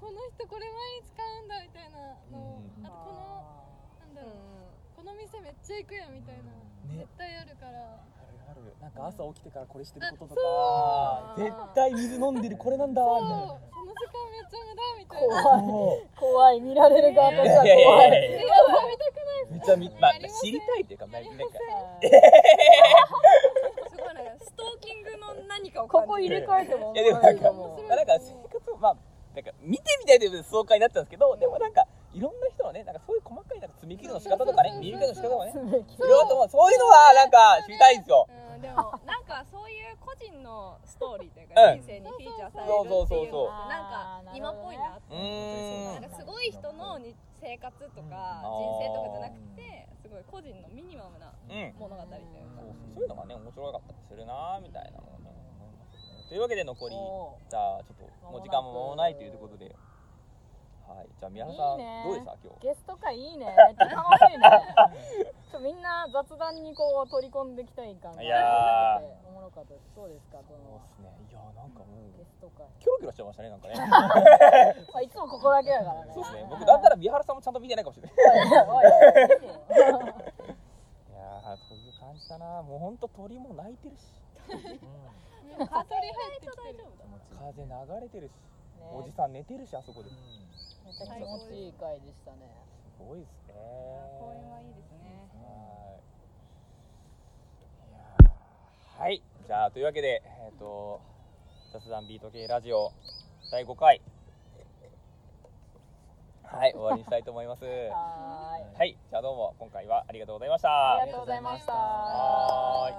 [SPEAKER 5] この人これ毎日買うんだみたいなの、あとこのなんだろう、この店めっちゃ行くやんみたいな、
[SPEAKER 1] ね
[SPEAKER 5] 絶対あるから
[SPEAKER 1] なんか朝起きてからこれしてることとか絶対水飲んでるこれなんだみたいな
[SPEAKER 5] そうその時間めっちゃ無駄みたいな
[SPEAKER 1] そう
[SPEAKER 4] 怖い見られる側と
[SPEAKER 1] い
[SPEAKER 4] しては
[SPEAKER 1] やいやい
[SPEAKER 4] 怖い
[SPEAKER 1] やいやめっちゃ見まあ知りたいっていうかなんか
[SPEAKER 2] すごいなんかストーキングの何かを
[SPEAKER 4] こ
[SPEAKER 2] 感
[SPEAKER 4] こ
[SPEAKER 2] じる
[SPEAKER 4] 入れ替えても
[SPEAKER 1] いやでもなんか
[SPEAKER 4] 面白い
[SPEAKER 1] まあなんか生活をまあなんか見てみたいということで爽快になったんですけどでもなんかいろんな人のねなんかそういう細かいなんか積み切りの仕方とかね見え方の仕方もねいろいろあると思うそういうのはなんか知りたいんですよ
[SPEAKER 2] うんで もなんかそういう個人のストーリーという
[SPEAKER 1] う
[SPEAKER 2] か
[SPEAKER 1] ん
[SPEAKER 2] 人生にフィーチャーされるっていうの
[SPEAKER 1] そうそうそうそう
[SPEAKER 2] ってなんか今っぽいなって
[SPEAKER 1] う
[SPEAKER 2] な
[SPEAKER 1] ー
[SPEAKER 2] ん
[SPEAKER 1] ん
[SPEAKER 2] かすごい人のに生活とか人生とかじゃなくてすごい個人のミニマムな
[SPEAKER 1] うん
[SPEAKER 2] 物語というか
[SPEAKER 1] そうそうそういうのがね面白かったりするなみたいなのをね思いますねというわけで残りじゃあちょっともう時間ももうないということではいじゃあ宮原さん
[SPEAKER 4] いいね
[SPEAKER 1] どうでした今日
[SPEAKER 4] ゲスト会いいねめっちゃ楽しいねちょみんな雑談にこう取り込んできたい感が
[SPEAKER 1] いやー
[SPEAKER 4] あっておもろかったですどうですかこ
[SPEAKER 1] そう
[SPEAKER 4] の
[SPEAKER 1] ですねいやなんかもう
[SPEAKER 4] ゲスト会、
[SPEAKER 1] キョロキョロしてましたねなんか ね
[SPEAKER 4] まあ、いつもここだけだからね
[SPEAKER 1] そうですね僕なんなら宮原さんもちゃんと見てないかもしれない
[SPEAKER 4] おい おいおい見て
[SPEAKER 1] い
[SPEAKER 4] よ
[SPEAKER 1] やーそういう感じだなもうほんと鳥も鳴いてるし
[SPEAKER 5] 蚊取り入ってきてる
[SPEAKER 1] 風流れてるし、
[SPEAKER 4] ね
[SPEAKER 1] おじさん寝てるしあそこで、す
[SPEAKER 4] めっちゃ気持ちいい回でしたね
[SPEAKER 1] ごいですね
[SPEAKER 2] 公園はいいですね
[SPEAKER 1] はいいやーはいじゃあというわけでえっ、と雑談ビート系ラジオ第5回はい終わりにしたいと思います は
[SPEAKER 4] はーい
[SPEAKER 1] いじゃあどうも今回はありがとうございました
[SPEAKER 4] ありがとうございました
[SPEAKER 1] はーい